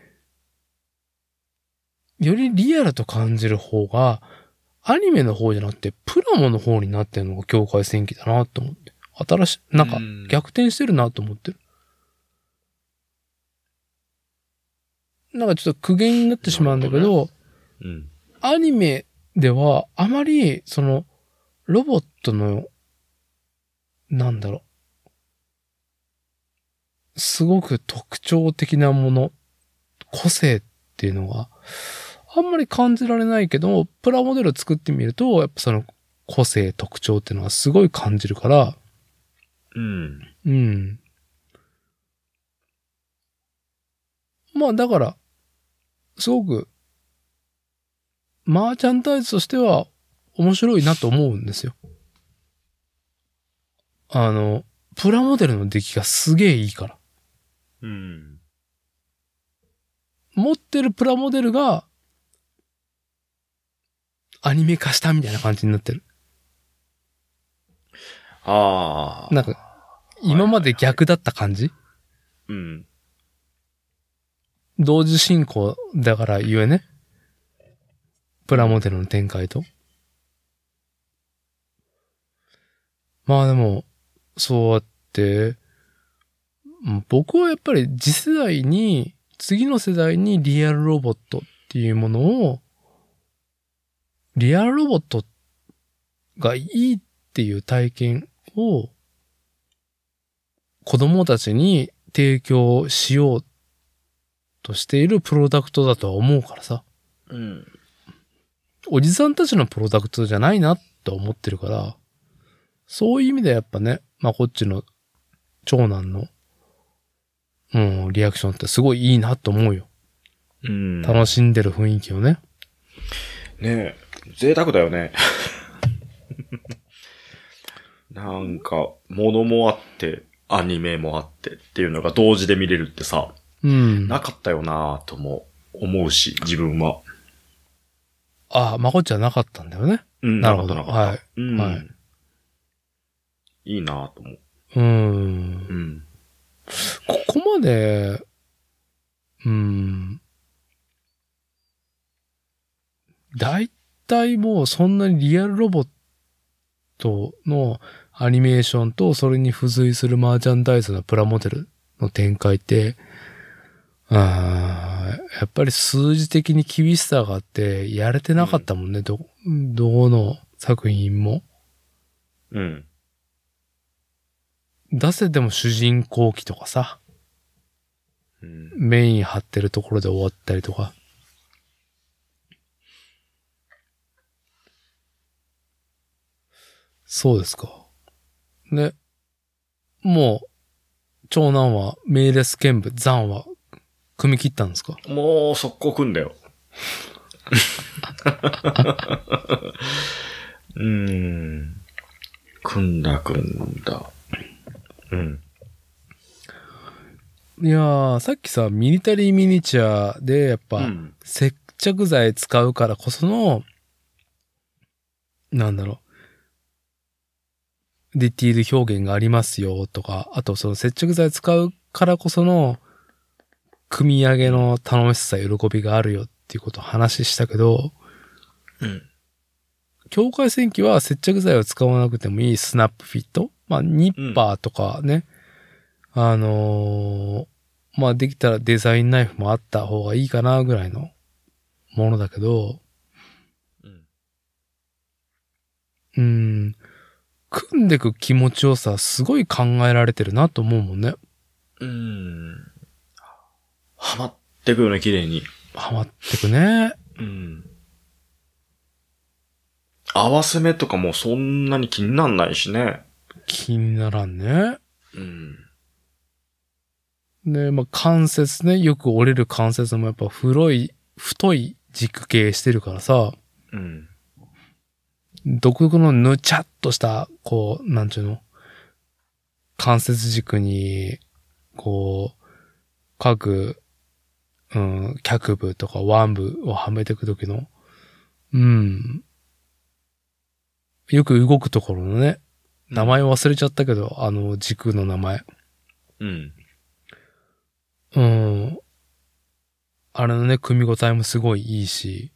A: よりリアルと感じる方が、アニメの方じゃなくて、プラモの方になってるのが境界戦記だなと思って。新しい、なんか
B: うん
A: 逆転してるなと思ってる。なんかちょっと苦言になってしまうんだけ
B: なる
A: ど、
B: うん。
A: アニメではあまり、その、ロボットの、なんだろう、すごく特徴的なもの、個性っていうのが、あんまり感じられないけど、プラモデルを作ってみると、やっぱその個性、特徴っていうのがすごい感じるから、
B: うん。
A: うん。まあだから、すごく、マーチャンダイズとしては面白いなと思うんですよ。あの、プラモデルの出来がすげえいいから。
B: うん。
A: 持ってるプラモデルが、アニメ化したみたいな感じになってる。
B: ああ。
A: なんか、今まで逆だった感じ
B: うん。
A: 同時進行だからゆえね。プラモデルの展開と。まあでも、そうやって、うん僕はやっぱり次世代に、次の世代にリアルロボットっていうものを、リアルロボットがいいっていう体験を子供たちに提供しようとしているプロダクトだとは思うからさ、
B: うん。
A: おじさんたちのプロダクトじゃないなって思ってるから、そういう意味でやっぱね、まあこっちの長男の、うん、リアクションってすごいいいなと思うよ。
B: うん。
A: 楽しんでる雰囲気をね。
B: ねえ、贅沢だよね。なんか、物もあって、アニメもあってっていうのが同時で見れるってさ、
A: うん。
B: なかったよなぁとも思うし、自分は。
A: ああ、まこっちはなかったんだよね。
B: うん、
A: なるほど。
B: なかったなか
A: は
B: っ
A: い。
B: たうん。、
A: はい
B: いなぁと思う。
A: うん
B: う。ん。
A: ここまで、うん。大体もうそんなにリアルロボットのアニメーションとそれに付随するマーチャンダイズのプラモデルの展開って、あーやっぱり数字的に厳しさがあって、やれてなかったもんね、ど、どの作品も。
B: うん。
A: 出せても主人公機とかさ。
B: うん。
A: メイン張ってるところで終わったりとか。そうですか。ね。もう、長男は名列剣部、残は、組み切ったんですか
B: もう、速攻組んだよ。 うん。組んだ、組んだ。うん。
A: いやー、さっきさ、ミリタリーミニチュアで、やっぱ、
B: うん
A: 接着剤使うからこその、なんだろう、ディティール表現がありますよとか、あとその接着剤使うからこその、組み上げの楽しさ、喜びがあるよっていうことを話したけど、
B: うん。
A: 境界線機は接着剤を使わなくてもいいスナップフィット。まあ、ニッパーとかね。あのーまあ、できたらデザインナイフもあった方がいいかな、ぐらいのものだけど、
B: うん
A: うん、組んでく気持ちよさ、すごい考えられてるなと思うもんね。
B: うん。はまってくよね、綺麗に。
A: ハマってくね。
B: うん。合わせ目とかもそんなに気になんないしね。
A: 気にならんね。
B: うん。
A: で、まあ、関節ね、よく折れる関節もやっぱ古い、太い軸形してるからさ、
B: うん。
A: 独特のぬちゃっとした、こう、なんちゅうの、関節軸に、こう、各、うん、脚部とか腕部をはめていくときの、うん。よく動くところのね、名前忘れちゃったけど、あの軸の名前。
B: うん。
A: うん。あれのね、組み応えもすごいいいし。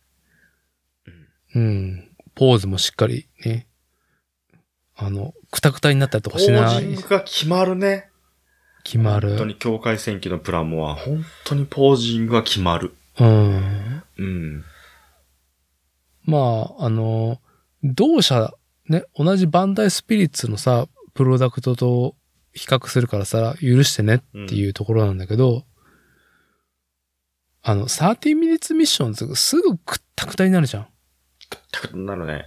A: うん。ポーズもしっかりね、あの、くたくたになったりと
B: ポ
A: かしな
B: ージン
A: い
B: グ、が決まるね。
A: 決ま
B: 本当
A: る。
B: に境界戦記のプラモは、本当にポージングが決まる。
A: うん。
B: うん。
A: まあ、あの、同社、ね、同じバンダイスピリッツのさ、プロダクトと比較するからさ、許してねっていうところなんだけど、あの、30 minutes ミッションズすぐくったくたになるじゃん。
B: たくなるね。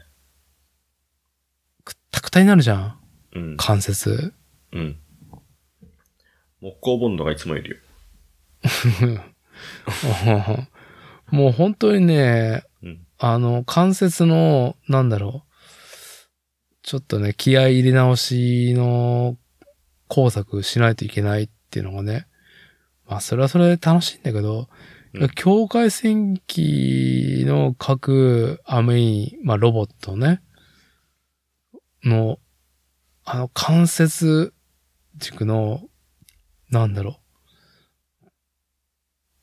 A: くったくたになるじゃん。
B: うん。
A: 関節。
B: うん。木工ボンドがいつもいるよ。
A: もう本当にね、
B: うん
A: あの、関節の、なんだろう。ちょっとね、気合い入れ直しの工作しないといけないっていうのがね。まあ、それはそれで楽しいんだけど、
B: うん
A: 境界戦記の各アメイン、まあ、ロボットね、の、あの、関節軸の、なんだろう。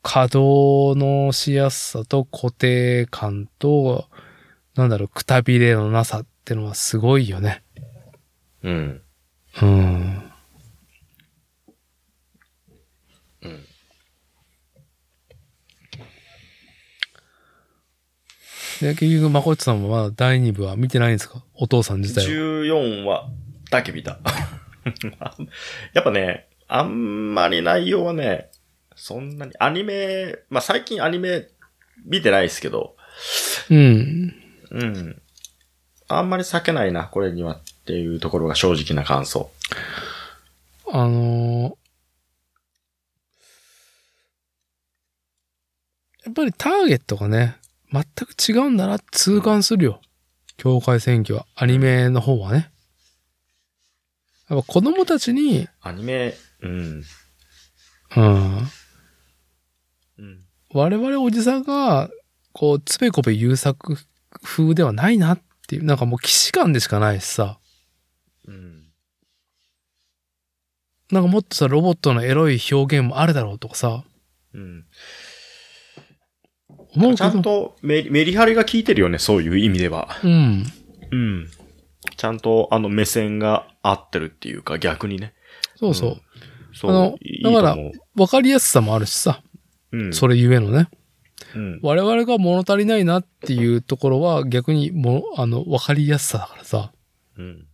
A: 稼働のしやすさと固定感と、なんだろう、くたびれのなさってのはすごいよね。
B: うん。
A: うん。
B: うん。
A: で、結局、まこっちさんもまだ第2部は見てないんですかお父さん自体は。
B: 14話だけ見た。 やっぱね、あんまり内容はね、そんなに、アニメ、まあ、最近アニメ見てないですけど、
A: うん。
B: うん。あんまり避けないな、これにはっていうところが正直な感想。
A: あのーやっぱりターゲットがね、全く違うんだな、痛感するよ。境界戦記は、アニメの方はね。やっぱ子供たちに、
B: アニメ、うん。
A: うん、
B: うん。
A: 我々おじさんが、こう、つべこべ優作風ではないなっていう、なんかもう既視感でしかないしさ、
B: うん。
A: なんかもっとさ、ロボットのエロい表現もあるだろうとかさ、
B: うん。
A: 思う
B: ち
A: け
B: ゃ
A: ど、
B: んとメリメリハリが効いてるよね、そういう意味では。
A: うん。
B: うん。ちゃんとあの目線が合ってるっていうか、逆にね。
A: そうそうう。
B: んそう。
A: あの
B: いいと思う
A: だから、わ、かりやすさもあるしさ、
B: うん。
A: それゆえのね。
B: うん。
A: 我々が物足りないなっていうところは逆にもの、あの、わかりやすさだからさ、
B: うん。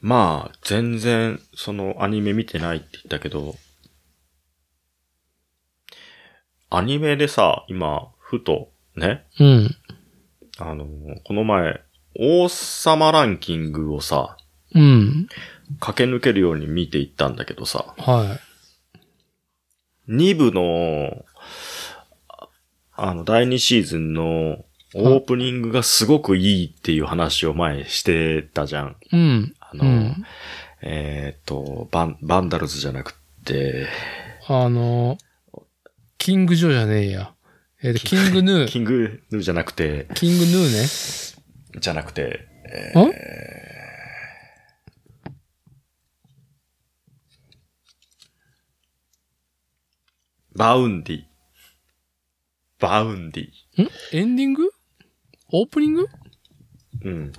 B: まあ、全然、その、アニメ見てないって言ったけど、アニメでさ、今、ふと、ね、
A: うん。
B: あの、この前、王様ランキングをさ、
A: うん。
B: 駆け抜けるように見ていったんだけどさ、
A: は
B: 2部の、ああの、第2シーズンのオープニングがすごくいいっていう話を前してたじゃん。
A: い。うん。
B: あ
A: う
B: の、
A: ん。
B: えーっと、バン、バンダルズじゃなくて、
A: あの、キング・ジョーじゃねえや。えっ、と、キング・ヌー。
B: キングヌーじゃなくて、
A: キングヌーね。
B: じゃなくて、え
A: ん
B: バウンディ。バウンディ。
A: んエンディングオープニング
B: うん。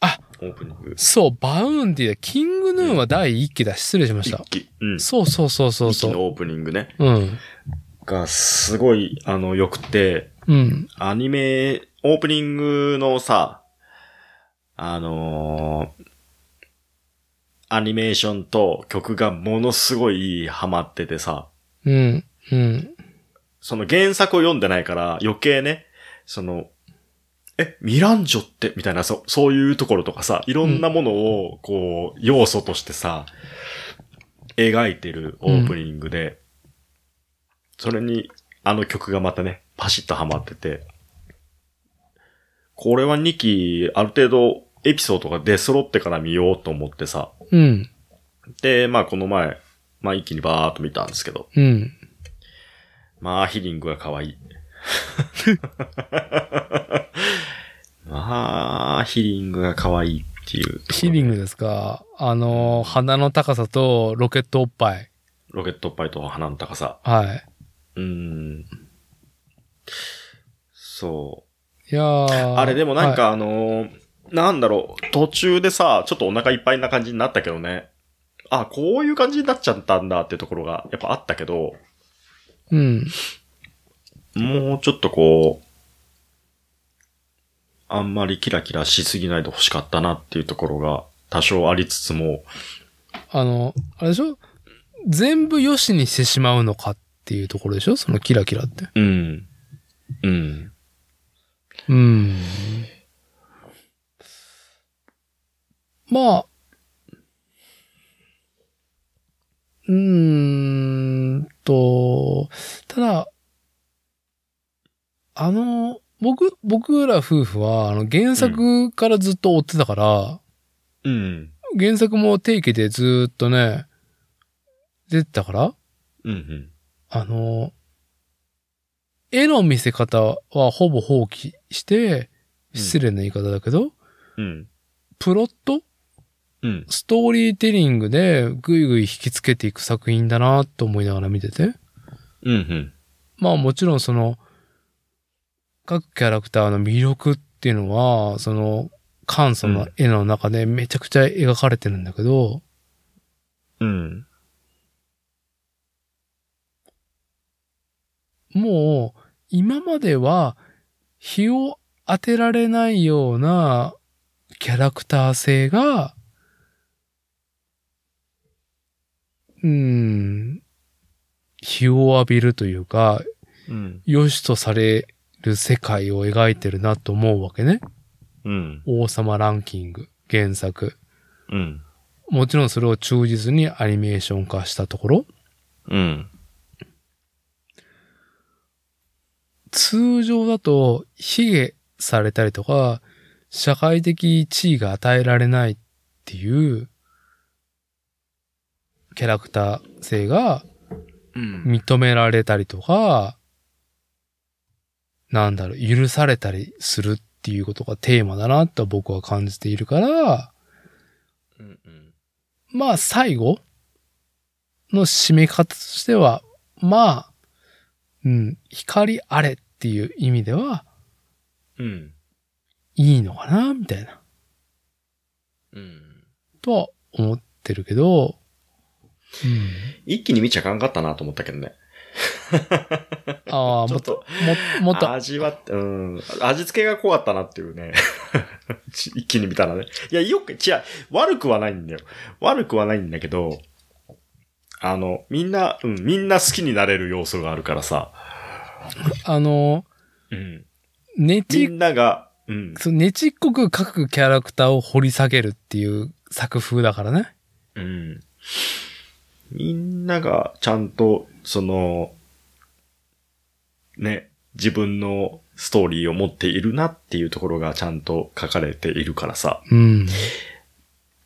A: あ
B: オープニング。
A: そう、バウンディだ。キングヌーは第1期だ。失礼しまし
B: 一
A: た。
B: 期。うん。
A: そうそうそうそう
B: 一期
A: そう。
B: のオープニングね。
A: うん。
B: が、すごい、あの、良くて、
A: うん。
B: アニメ、オープニングのさ、あのーアニメーションと曲がものすごいハマっててさ、
A: うん。うん。
B: その原作を読んでないから余計ね、その、え、ミランジョって、みたいな、そそういうところとかさ、いろんなものを、こう、要素としてさ、描いてるオープニングで、それに、あの曲がまたね、パシッとハマってて、これは2期、ある程度、エピソードが出揃ってから見ようと思ってさ、
A: うん。
B: で、まあこの前、まあ一気にバーっと見たんですけど、
A: うん。
B: まあ、ヒリングが可愛い。まあ、ヒリングが可愛いっていう。
A: ヒリングですか。あの、鼻の高さとロケットおっぱい。
B: ロケットおっぱいと鼻の高さ。
A: はい。
B: うーん。そう。
A: いやー
B: あれでもなん
A: は
B: かあのーなんだろう、途中でさ、ちょっとお腹いっぱいな感じになったけどね。あ、こういう感じになっちゃったんだってところがやっぱあったけど、
A: いうん。
B: もうちょっとこう、あんまりキラキラしすぎないで欲しかったなっていうところが多少ありつつも、
A: あの、あれでしょ全部良しにしてしまうのかっていうところでしょそのキラキラって。
B: うん。うん。
A: うん。まあ、うーんと、ただ、あの、僕、僕ら夫婦は、あの、原作からずっと追ってたから、
B: うん。
A: 原作も定期でずっとね、出てたから、
B: うん。うん。
A: あの、絵の見せ方はほぼ放棄して、失礼な言い方だけど、
B: うん。
A: プロット
B: うん。
A: ストーリーテリングでぐいぐい引きつけていく作品だなと思いながら見てて。
B: うん。うん。
A: まあもちろんその、各キャラクターの魅力っていうのは、その、簡素な絵の中でめちゃくちゃ描かれてるんだけど、
B: うん。
A: もう、今までは、日を当てられないようなキャラクター性が、うーん、日を浴びるというか、
B: うん。
A: 良しとされる世界を描いてるなと思うわけね。
B: うん。
A: 王様ランキング、原作。
B: うん。
A: もちろんそれを忠実にアニメーション化したところ。
B: うん。
A: 通常だと、卑下されたりとか、社会的地位が与えられないっていう、キャラクター性が
B: うん。
A: 認められたりとか、なんだろう、許されたりするっていうことがテーマだなと僕は感じているから、まあ最後の締め方としては、まあ、うん、光あれっていう意味では
B: うん。
A: いいのかな、みたいな、
B: うん。
A: とは思ってるけど、
B: 一気に見ちゃあかんかったなと思ったけどね。
A: うん、ああ、
B: ちょ
A: も
B: っ
A: っ
B: と
A: と、ももっと、
B: 味わって、うん。味付けが濃かったなっていうね。 ち一気に見たらね。いや、よく、違う、悪くはないんだよ。悪くはないんだけど、あの、みんな、うん、みんな好きになれる要素があるからさ。
A: あの、
B: うん。
A: ね
B: み
A: ち、
B: んなが、うん、
A: そうねちっこく各キャラクターを掘り下げるっていう作風だからね。
B: うん。みんながちゃんと、その、ね、自分のストーリーを持っているなっていうところがちゃんと書かれているからさ。
A: うん。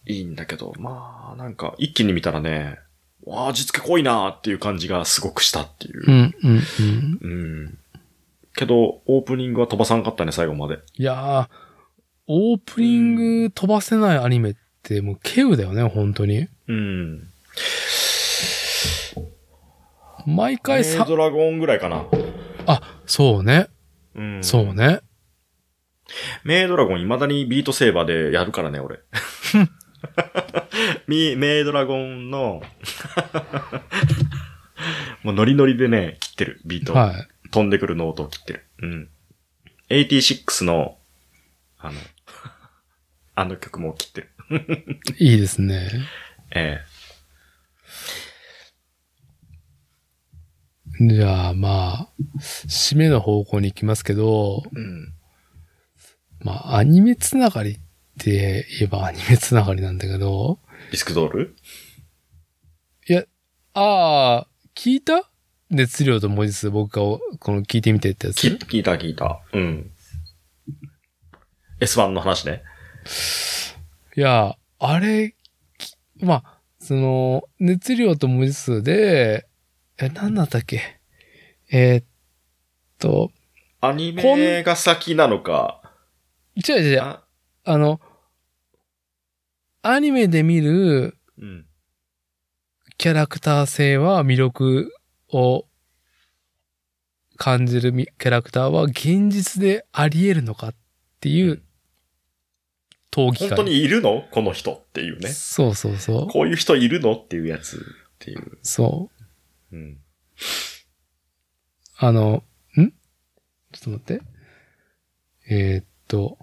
B: いいんだけど、まあ、なんか、一気に見たらね、わあ、味付け濃いなーっていう感じがすごくしたっていうう。
A: ん、うん、うん。
B: うん。けど、オープニングは飛ばさんかったね、最後まで。
A: いやー、オープニング飛ばせないアニメってもう稀有だよね、本当に。
B: うん。
A: 毎
B: メイ
A: 回さ、
B: ドラゴンぐらいかな。
A: あ、そうね、
B: うん。
A: そう。ね。
B: メイドラゴン未だにビートセーバーでやるから ね、俺。みメイドラゴンの、もうノリノリでね、切ってる、ビート。
A: は
B: 飛んでくるノートを切ってる。うん。86の、あの、 あの曲も切ってる。
A: い。いいですね。
B: え
A: じゃあ、まあ、締めの方向に行きますけど、
B: えうん。
A: まあ、アニメつながりって言えばアニメつながりなんだけど、
B: ディスクドール
A: ああ、聞いた熱量と文字数僕がおこの聞いてみてってや
B: き
A: つ。
B: 聞いた聞いた。うん。S 版の話ね。
A: いや、あれ、きまあ、その、熱量と文字数で、え、なんだったっけえーっと、
B: アニメが先なのか。
A: 違う違う違う、
B: あ
A: あの、アニメで見る
B: うん。
A: キャラクター性は魅力を感じるみキャラクターは現実であり得るのかっていううん討議会。
B: 本当にいるのこの人っていうね。
A: そうそうそう。
B: こういう人いるのっていうやつっていう。
A: そう。
B: うん。
A: あの、んちょっと待って。えーっと。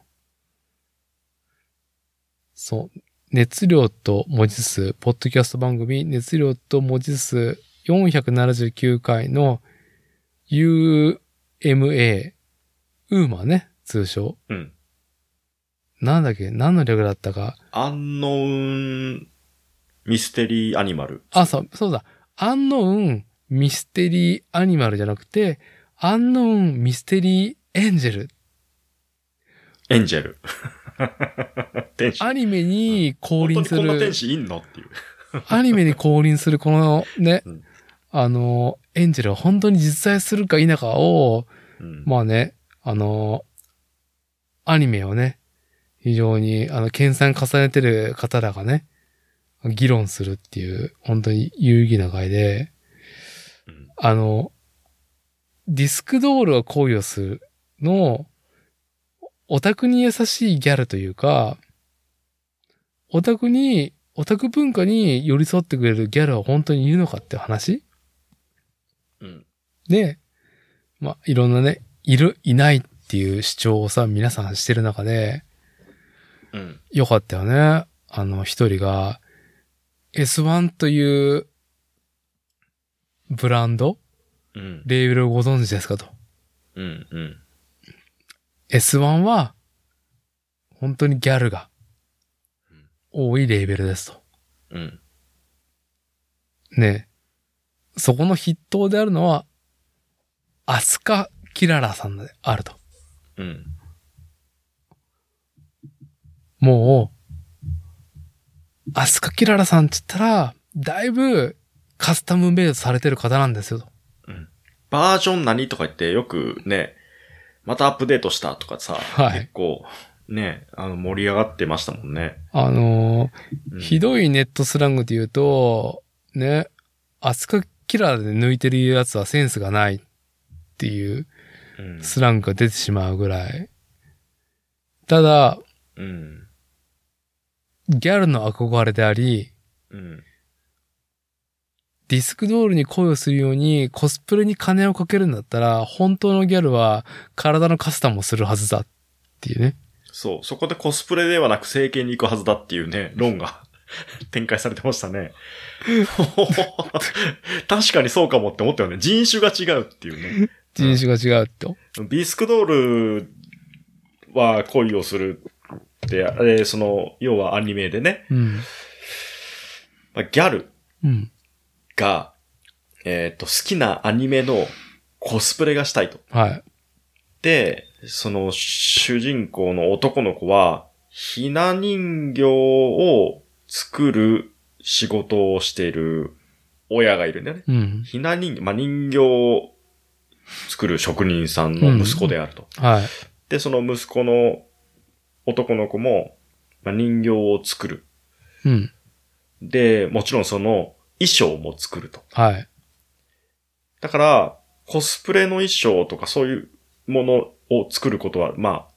A: そう。熱量と文字数、ポッドキャスト番組、熱量と文字数479回の UMA、ウーマね、通称。
B: うん。
A: なんだっけ何の略だったか。
B: アンノーンミステリーアニマル。
A: あ、そう、そうだ。アンノウンミステリーアニマルじゃなくて、アンノウンミステリーエンジェル
B: エンジェ ル。天使。
A: アニメに降
B: 本当
A: 臨
B: に
A: す
B: こんな天
A: る、
B: 使いんのっていう。
A: アニメに降臨するこのね
B: うん、
A: あの、エンジェルは本当に実在するか否かを、
B: うん。
A: まあね、あの、アニメをね、非常に、あの、研鑽重ねてる方らがね、議論するっていう、本当に有意義な会で、
B: うん
A: あの、ディスクドールは恋をするの、オタクに優しいギャルというか、オタクに、オタク文化に寄り添ってくれるギャルは本当にいるのかって話
B: うん。
A: で、まあ、いろんなね、いる、いないっていう主張をさ、皆さんしてる中で、
B: うん。
A: よかったよね。あの、一人が、S1 という、ブランド
B: うん。
A: レーベルをご存知ですかと。
B: うん。うん。
A: S1 は、本当にギャルが
B: うん、
A: 多いレーベルですと。
B: うん。
A: ねえそこの筆頭であるのは、アスカ・キララさんであると。
B: うん。
A: もう、アスカ・キララさんって言ったら、だいぶカスタムメイドされてる方なんですよと。
B: バージョン何とか言ってよくね、またアップデートしたとかさ、
A: はい
B: 結構ね、あの盛り上がってましたもんね。
A: あの
B: う
A: ー
B: ん
A: ひどいネットスラングで言うと、ね、アスカ・キララで抜いてるやつはセンスがないっていう
B: うん
A: スラングが出てしまうぐらい。ただ、
B: うん。
A: ギャルの憧れであり、
B: うん。
A: ディスクドールに恋をするようにコスプレに金をかけるんだったら、本当のギャルは体のカスタムをするはずだっていうね。
B: そう、そこでコスプレではなく整形に行くはずだっていうね、論が 展開されてまし たね。確かにそうかもって思ったよね。人種が違うっていうね。
A: 人種が違うと。
B: ビスクドールは恋をするって、えーその、要はアニメでね、
A: うん。
B: まあギャル
A: うん。
B: が、えっ、と、好きなアニメのコスプレがしたいと。
A: はい。
B: で、その主人公の男の子は、ひな人形を作る仕事をしている親がいるんだよね。
A: うん。
B: ひな人形、まあ、人形を作る職人さんの息子であると。
A: はい。
B: で、その息子の男の子も、まあ、人形を作る。
A: うん。
B: で、もちろんその衣装も作ると。
A: はい。
B: だから、コスプレの衣装とかそういうものを作ることは、まあ、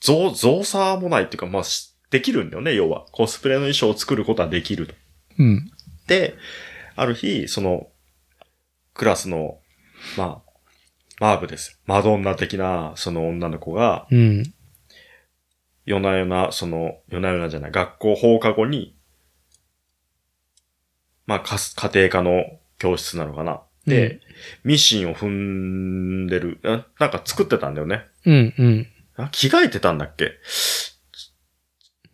B: 造、造作もないっていうか、まあ、しできるんだよね、要は。コスプレの衣装を作ることはできると。
A: うん。
B: で、ある日、その、クラスの、まあ、マーブです。マドンナ的な、その女の子が、
A: うん。
B: 夜な夜な、その、夜な夜なじゃない、学校放課後に、まあ、かす家庭科の教室なのかな。で、ミシンを踏んでる、あなんか作ってたんだよね。
A: うん。うん。
B: あ着替えてたんだっけ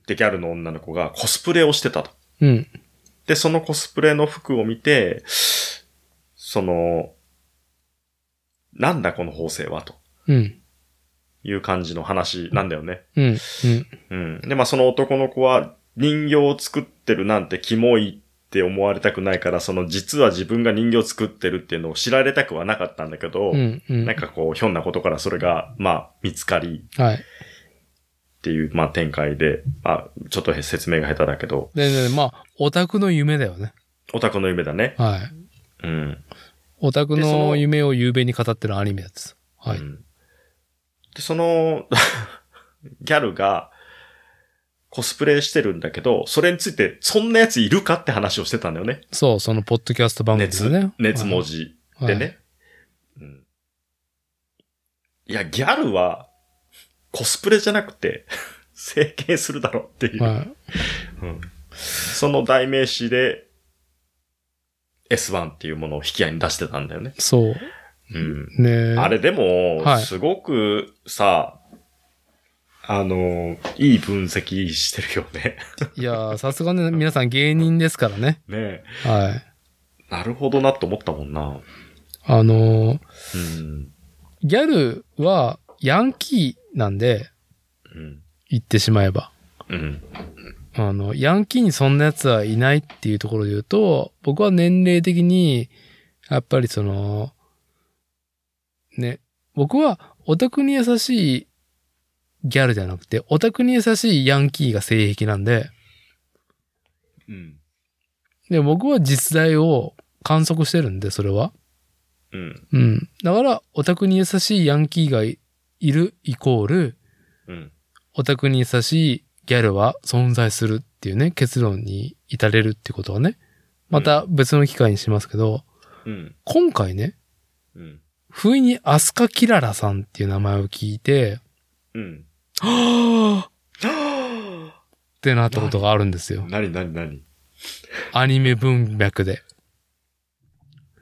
B: で、ギャルの女の子がコスプレをしてたと。
A: うん。
B: で、そのコスプレの服を見て、その、なんだこの縫製はと
A: うん。
B: いう感じの話なんだよね。
A: うん。
B: うん。で、まあその男の子は人形を作ってるなんてキモいって思われたくないから、その実は自分が人形を作ってるっていうのを知られたくはなかったんだけど、
A: うん。うん
B: なん。かこう、ひょんなことからそれが、まあ、見つかり
A: はい。
B: っていう、まあ展開で、あ、ちょっと説明が下手だけど、
A: で、でまあ、オタクの夢だよね。
B: オタクの夢だね。
A: はい。
B: うん。
A: オタク
B: でそ
A: の
B: の
A: 夢を夕べに語ってるアニメです。はい。
B: うんで、その、 ギャルが、コスプレしてるんだけど、それについて、そんなやついるかって話をしてたんだよね。
A: そう、そのポッドキャスト番組です
B: 熱、
A: ね。
B: 熱文字
A: はい
B: で。ね。うんいや、ギャルは、コスプレじゃなくて、 整形するだろうっていう。
A: はいはい
B: うんその代名詞で、S1 っていうものを引き合いに出してたんだよね。
A: そう。
B: うん。
A: ね
B: あれでも
A: は、い
B: すごくさ、あの、いい分析してるよね。
A: いやーさすがね、皆さん芸人ですからね。
B: ね
A: はい。
B: えなるほどなと思ったもんな。
A: あのー
B: うん。
A: ギャルはヤンキーなんで、
B: うん。
A: 言ってしまえば。
B: うん。
A: あの、ヤンキーにそんな奴はいないっていうところで言うと、僕は年齢的に、やっぱりその、ね、僕はオタクに優しいギャルじゃなくて、オタクに優しいヤンキーが性癖なんで、
B: うん。
A: で、僕は実在を観測してるんで、それは。
B: うん。
A: うん。だから、オタクに優しいヤンキーがいいるイコール、
B: うん。
A: オタクに優しいギャルは存在するっていうね、結論に至れるってことはね、また別の機会にしますけど、
B: うん。
A: 今回ね、
B: うん。
A: 不意にアスカキララさんっていう名前を聞いて、
B: うん。
A: はぁっ
B: はぁ
A: てなったことがあるんですよ。
B: なになになに
A: アニメ文脈で。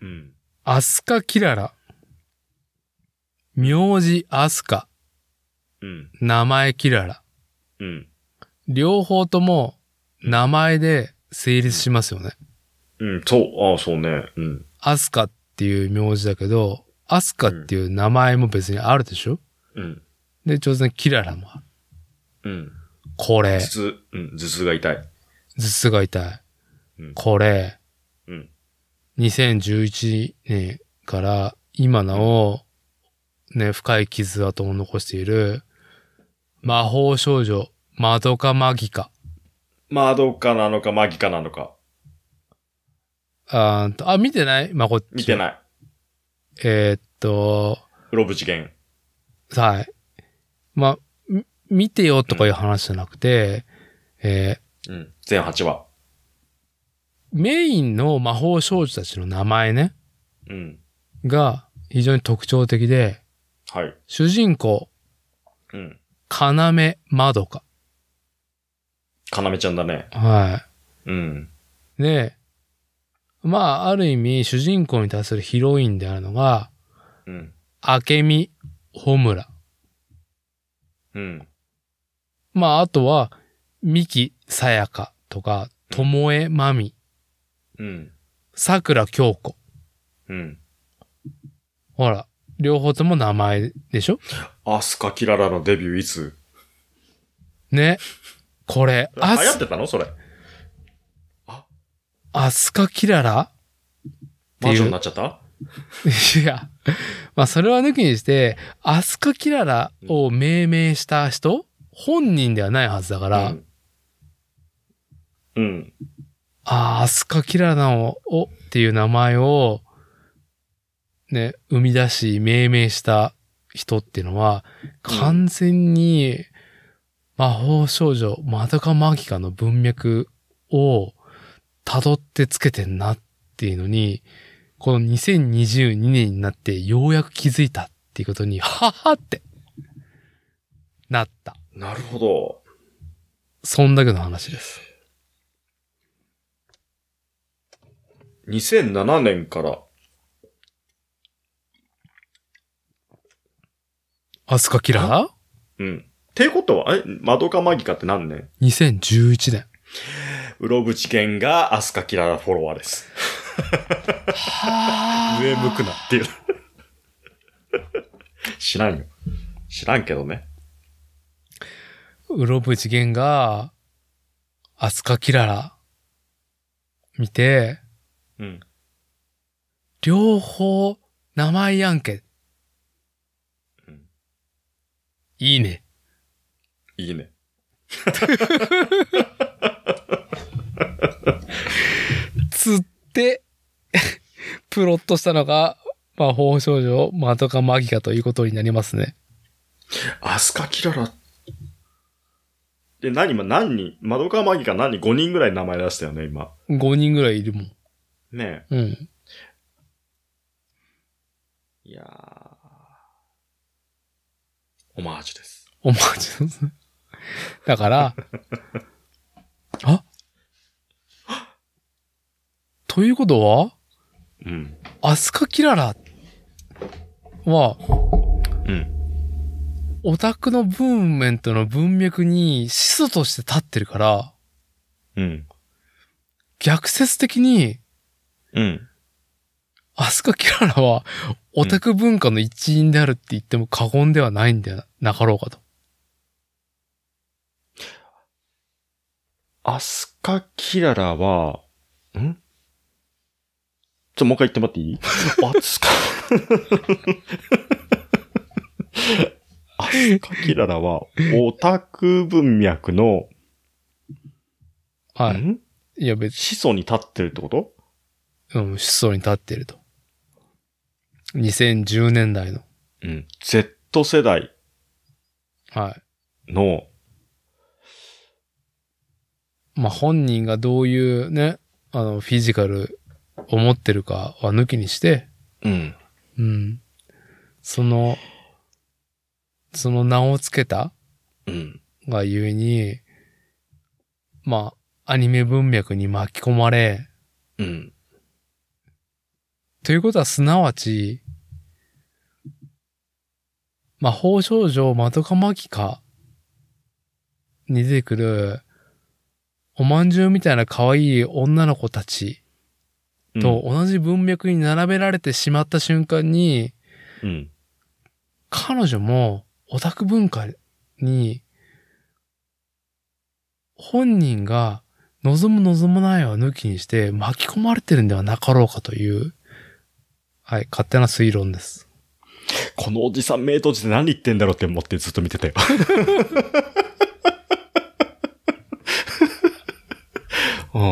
B: うん。
A: アスカキララ。名字アスカ、
B: うん。
A: 名前キララ。
B: うん。
A: 両方とも名前で成立しますよね。
B: うん。そう。ああ、そうね。うん。
A: アスカっていう名字だけど、アスカっていう名前も別にあるでしょ、
B: うん。
A: で、当然キララもある。
B: うん。
A: これ
B: 頭、痛。うん。頭痛が痛い。
A: 頭痛が痛い
B: うん。
A: これ、
B: うん。
A: 2011年から今なお、ね、深い傷跡を残している、魔法少女、マドカマギカ。
B: まあ、どうかなのか、マギかなのか。
A: あーんとあ、見てないまこっち。
B: 見て
A: い。
B: ない。
A: えーっと、
B: うろぶ次元。
A: はい。まあ、み見てよとかいう話じゃなくて、えー
B: うん。全8話。
A: メインの魔法少女たちの名前ね、
B: うん。
A: が非常に特徴的で、
B: はい。
A: 主人公、
B: うん。
A: かなめまどか。
B: かなめちゃんだね。
A: は
B: うん。
A: い。で、まあ、ある意味、主人公に対するヒロインであるのが、
B: うん。
A: あけみ、ほむら。
B: うん。
A: まあ、あとは、みき、さやかとか、ともえまみ、
B: うん。
A: さくらきょうこ。
B: うん。
A: ほら、両方とも名前でしょ
B: アスカキララのデビューいつ
A: ね。これ、
B: 流
A: ア
B: 行っ
A: ス、
B: てたのそれ。
A: アスカキララていう
B: 魔女になっちゃった
A: いや、まあそれは抜きにして、アスカキララを命名した人、本人ではないはずだから、
B: うん。うん。
A: ああ、アスカキララを、をっていう名前を、ね、生み出し、命名した人っていうのは、
B: うん
A: 完全に、魔法少女、マドカマギカの文脈を辿ってつけてんなっていうのに、この2022年になってようやく気づいたっていうことに、はっはって、なった。
B: なるほど。
A: そんだけの話です。
B: 2007年から。
A: アスカキララ
B: うん。ってことは、え、マドカマギカって何年
A: ?2011 年。
B: うろぶちけんがアスカキララフォロワーです。上向くなっていう。 知らんよ。知らんけどね。
A: うろぶ次元が、アスカキララ、見て、
B: うん。
A: 両方、名前やんけ
B: うん。
A: いいね。
B: いいね。
A: つって、 プロットしたのが、魔法少女、マドカマギカということになりますね。
B: アスカキララ。で、何今何人窓川マギか何人 ?5 人ぐらい名前出したよね、今。
A: 5人ぐらいいるもん。
B: ね
A: うん。
B: え。いやー。オマージュです。
A: おまじですね。だ から、あ ということは、
B: うん。
A: アスカキララは、
B: うん。
A: オタクのブームメントの文脈に始祖として立ってるから、
B: うん。
A: 逆説的に、
B: うん。
A: アスカキララは、オタク文化の一員であるって言っても過言ではないんではなかろうかと。
B: アスカキララは、んちょ、もう一回言ってもらって いいアスカ。アスカキララは、オタク文脈の、
A: はい。
B: ん
A: いや別
B: 始祖に立ってるってこと
A: に、うん、始祖に立っていると。2010年代の。
B: うん。Z 世代
A: は
B: の、
A: い。まあ、本人がどういうね、あの、フィジカルを持ってるかは抜きにして、
B: うん。
A: うん。その、その名をつけた
B: うん。
A: がゆえに、まあ、アニメ文脈に巻き込まれ、
B: うん。
A: ということはすなわち、魔法少女マドカマギカに出てくる、おまんじゅうみたいな可愛い女の子たちと、同じ文脈に並べられてしまった瞬間に、
B: うん。
A: 彼女もオタク文化に、本人が望む望まないは抜きにして巻き込まれてるんではなかろうかという、はい、勝手な推論です。
B: このおじさん目閉じて何言ってんだろうって思ってずっと見てたよ。うん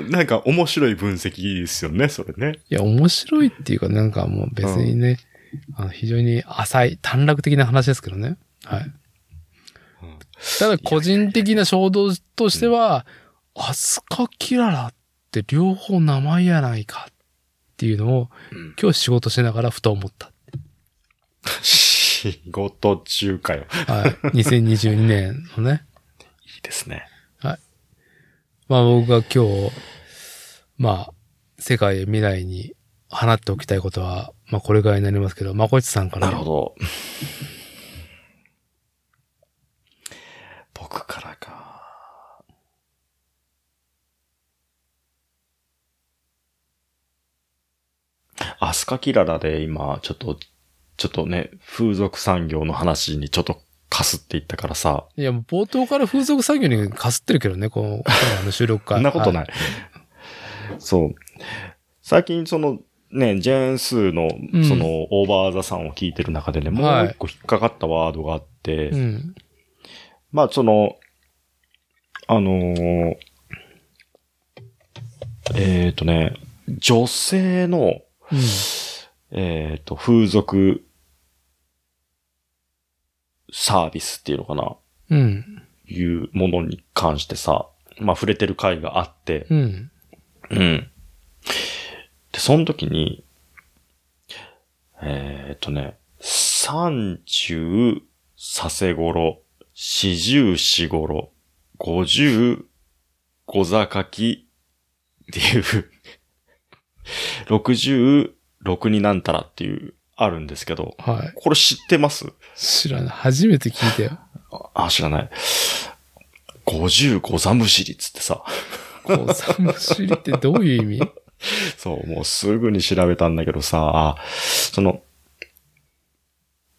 B: おなんか面白い分析ですよね、それね。
A: いや、面白いっていうか、なんかもう別にね、あの非常に浅い、短絡的な話ですけどね。はい。
B: うん
A: ただ、個人的な衝動としては、アスカキララって両方名前やないかっていうのを、
B: うん
A: 今日仕事しながらふと思った。
B: 仕事中かよ。い
A: はい。2022年のね。
B: いですね。
A: まあ僕が今日、まあ、世界や未来に放っておきたいことは、まあこれぐらいになりますけど、まこっちさんから。
B: なるほど。 僕からか。アスカキララで今、ちょっと、ちょっとね、風俗産業の話にちょっとかすっていったからさ、
A: いや、もう冒頭から風俗作業にかすってるけどね、この、あの収録
B: そ
A: 会。
B: んなこと
A: は
B: ない。そう。最近その、ね、ジェーンスーの
A: うん、
B: その、オーバーザさんを聞いてる中でね、も
A: は
B: う
A: い
B: 一個引っかかったワードがあって、
A: い。うん。
B: まあ、その、あのーえっ、とね、女性の、
A: うん。
B: えっ、と、風俗サービスっていうのかな、
A: うん。
B: いうものに関してさ、まあ、触れてる回があって、
A: うん。
B: うん。で、その時に、えっ、とね、30させごろ、40しごろ、50ござかきっていう、66になんたらっていう、あるんですけど、
A: はい。
B: これ知ってます
A: 知らない。初めて聞いたよ。
B: あ、知らない。50ござむしりっつってさ、
A: こう、サムシリってどういう意味
B: そう、もうすぐに調べたんだけどさ、その、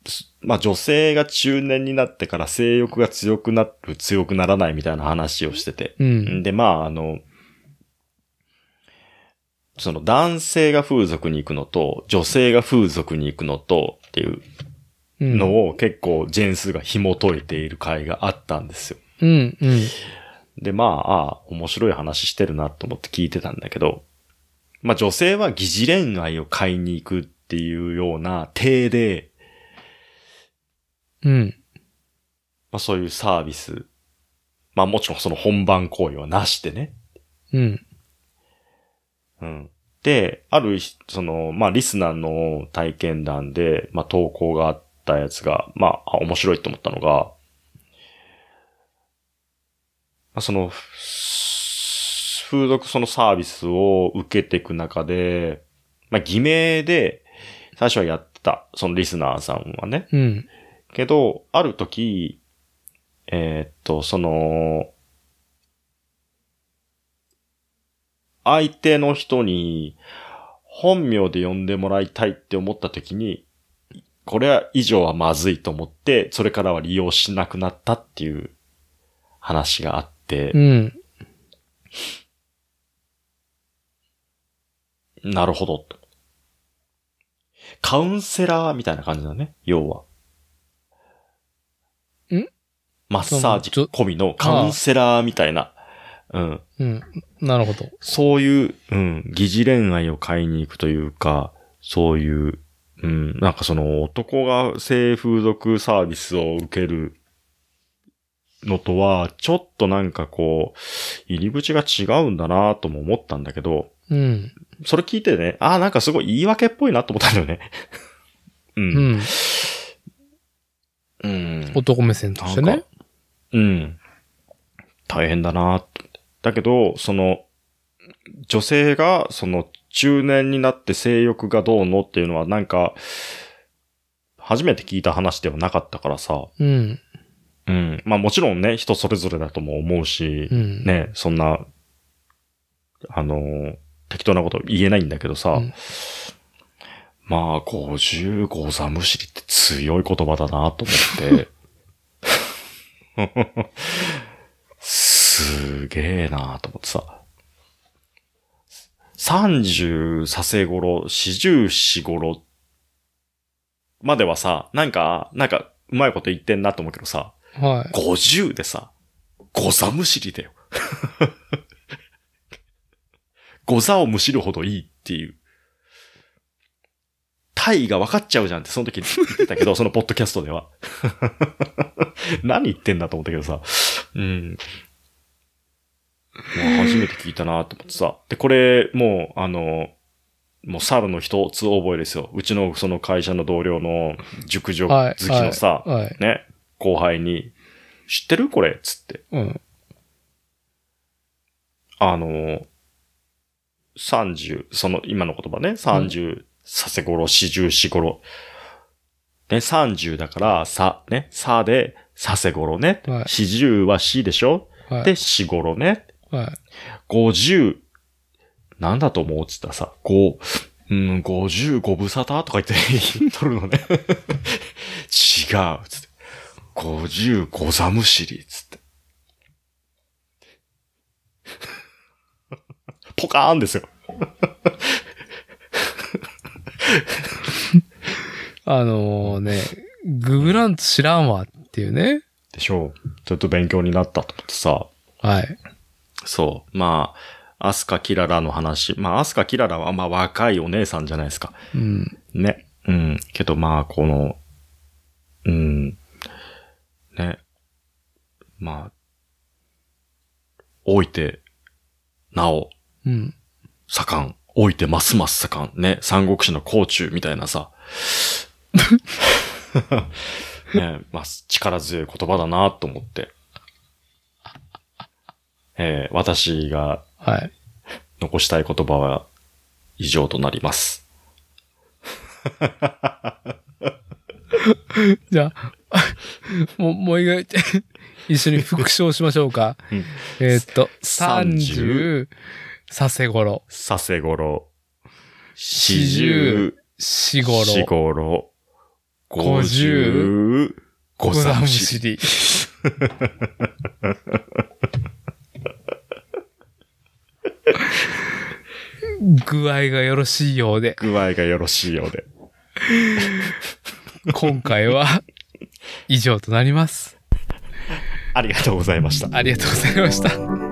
B: すまあ女性が中年になってから性欲が強くなる、強くならないみたいな話をしてて。
A: うん。
B: で、まああの、その男性が風俗に行くのと、女性が風俗に行くのとっていう
A: うん。
B: のを結構ジェンスが紐解いている回があったんですよ。
A: うん。うん。
B: で、まあ、ああ面白い話してるなと思って聞いてたんだけど、まあ女性は疑似恋愛を買いに行くっていうような体で、
A: うん。
B: まあそういうサービス。まあもちろんその本番行為はなしでね。
A: うん。
B: うん。で、あるひ、その、まあ、リスナーの体験談で、まあ、投稿があったやつが、まあ、あ面白いと思ったのが、まあ、その、ふ風俗そのサービスを受けていく中で、まあ、偽名で、最初はやってた、そのリスナーさんはね。
A: うん。
B: けど、ある時、えーっと、その、相手の人に本名で呼んでもらいたいって思った時に、これは以上はまずいと思って、それからは利用しなくなったっていう話があって、
A: うん。
B: なるほどと。カウンセラーみたいな感じだね、要は。
A: ん
B: マッサージ込みのカウンセラーみたいな。うん。
A: うん。なるほど。
B: そういう、うん、疑似恋愛を買いに行くというか、そういう、うん、なんかその男が性風俗サービスを受けるのとは、ちょっとなんかこう、入り口が違うんだなとも思ったんだけど、
A: うん。
B: それ聞いてね、ああ、なんかすごい言い訳っぽいなと思ったんだよね。 う。
A: うんん。
B: うん。
A: 男目線として
B: なん
A: ね
B: か。うん。大変だなと思ってだけど、その、女性が、その、中年になって性欲がどうのっていうのは、なんか、初めて聞いた話ではなかったからさ。
A: うん。
B: うん。まあもちろんね、人それぞれだとも思うし
A: う、ん。
B: ね、そんな、あのー適当なこと言えないんだけどさ、
A: うん
B: まあ、55座むしりって強い言葉だなと思って、すげえなと思ってさ、30させ頃、40四頃まではさ、なんか、なんか、うまいこと言ってんなと思うけどさ、
A: は
B: 50でさ、ゴザむしりだよ。 ゴザをむしるほどいいっていう。体位が分かっちゃうじゃんって、その時言ってた けど、そのポッドキャストでは。 何言ってんだと思ったけどさ。うん。もう初めて聞いたなと思ってさ。で、これ、もう、あの、もう猿の一つ覚えですよ。うちのその会社の同僚の熟女
A: い。
B: 好
A: はい。
B: きのさ、
A: はいはい。
B: ね、後輩に、知ってるこれつって。
A: うん。
B: あの、30、その、今の言葉ね、30、させごろ、四十四ごろ。ね、30だから、さ、ね、さで、させごろね
A: はい。
B: 四十はしでしょ
A: はい。
B: で、四ごろね。
A: はい。
B: 五十、なんだと思うっつったらさ、五、うん、五十五分沙汰とか言って 言っとるのね。違う、つって。五十五ざむしり、つ って。ポカーンですよ。
A: あのね、ググランと知らんわっていうね。
B: でしょう。ちょっと勉強になったと思ってさ。
A: はい。
B: そう。まあ、アスカキララの話。まあ、アスカキララは、まあ、若いお姉さんじゃないですか。
A: うん。
B: ね。うん。けどまあ、この、うん。ね。まあ、老いて、なお、
A: うん。
B: 盛ん。老いてますます盛ん。ね。三国志の甲冑みたいな さ。ねまあ、力強い言葉だなと思って。えー私が
A: はい。
B: 残したい言葉は以上となります。
A: じゃあ、 もう、もう一回、一緒に復唱しましょうか。
B: うん
A: えーっと、30、
B: 30
A: させごろ、
B: させごろ、四
A: 40
B: 十、
A: しご
B: 四
A: ろ、
B: ごろ、五
A: 50
B: 十、
A: ご
B: 五
A: ざ
B: ざ
A: む
B: む
A: し
B: し。
A: り。具合がよろしいようで、
B: 具合がよろしいようで。
A: 今回は以上となります。
B: ありがとうございました。
A: ありがとうございました。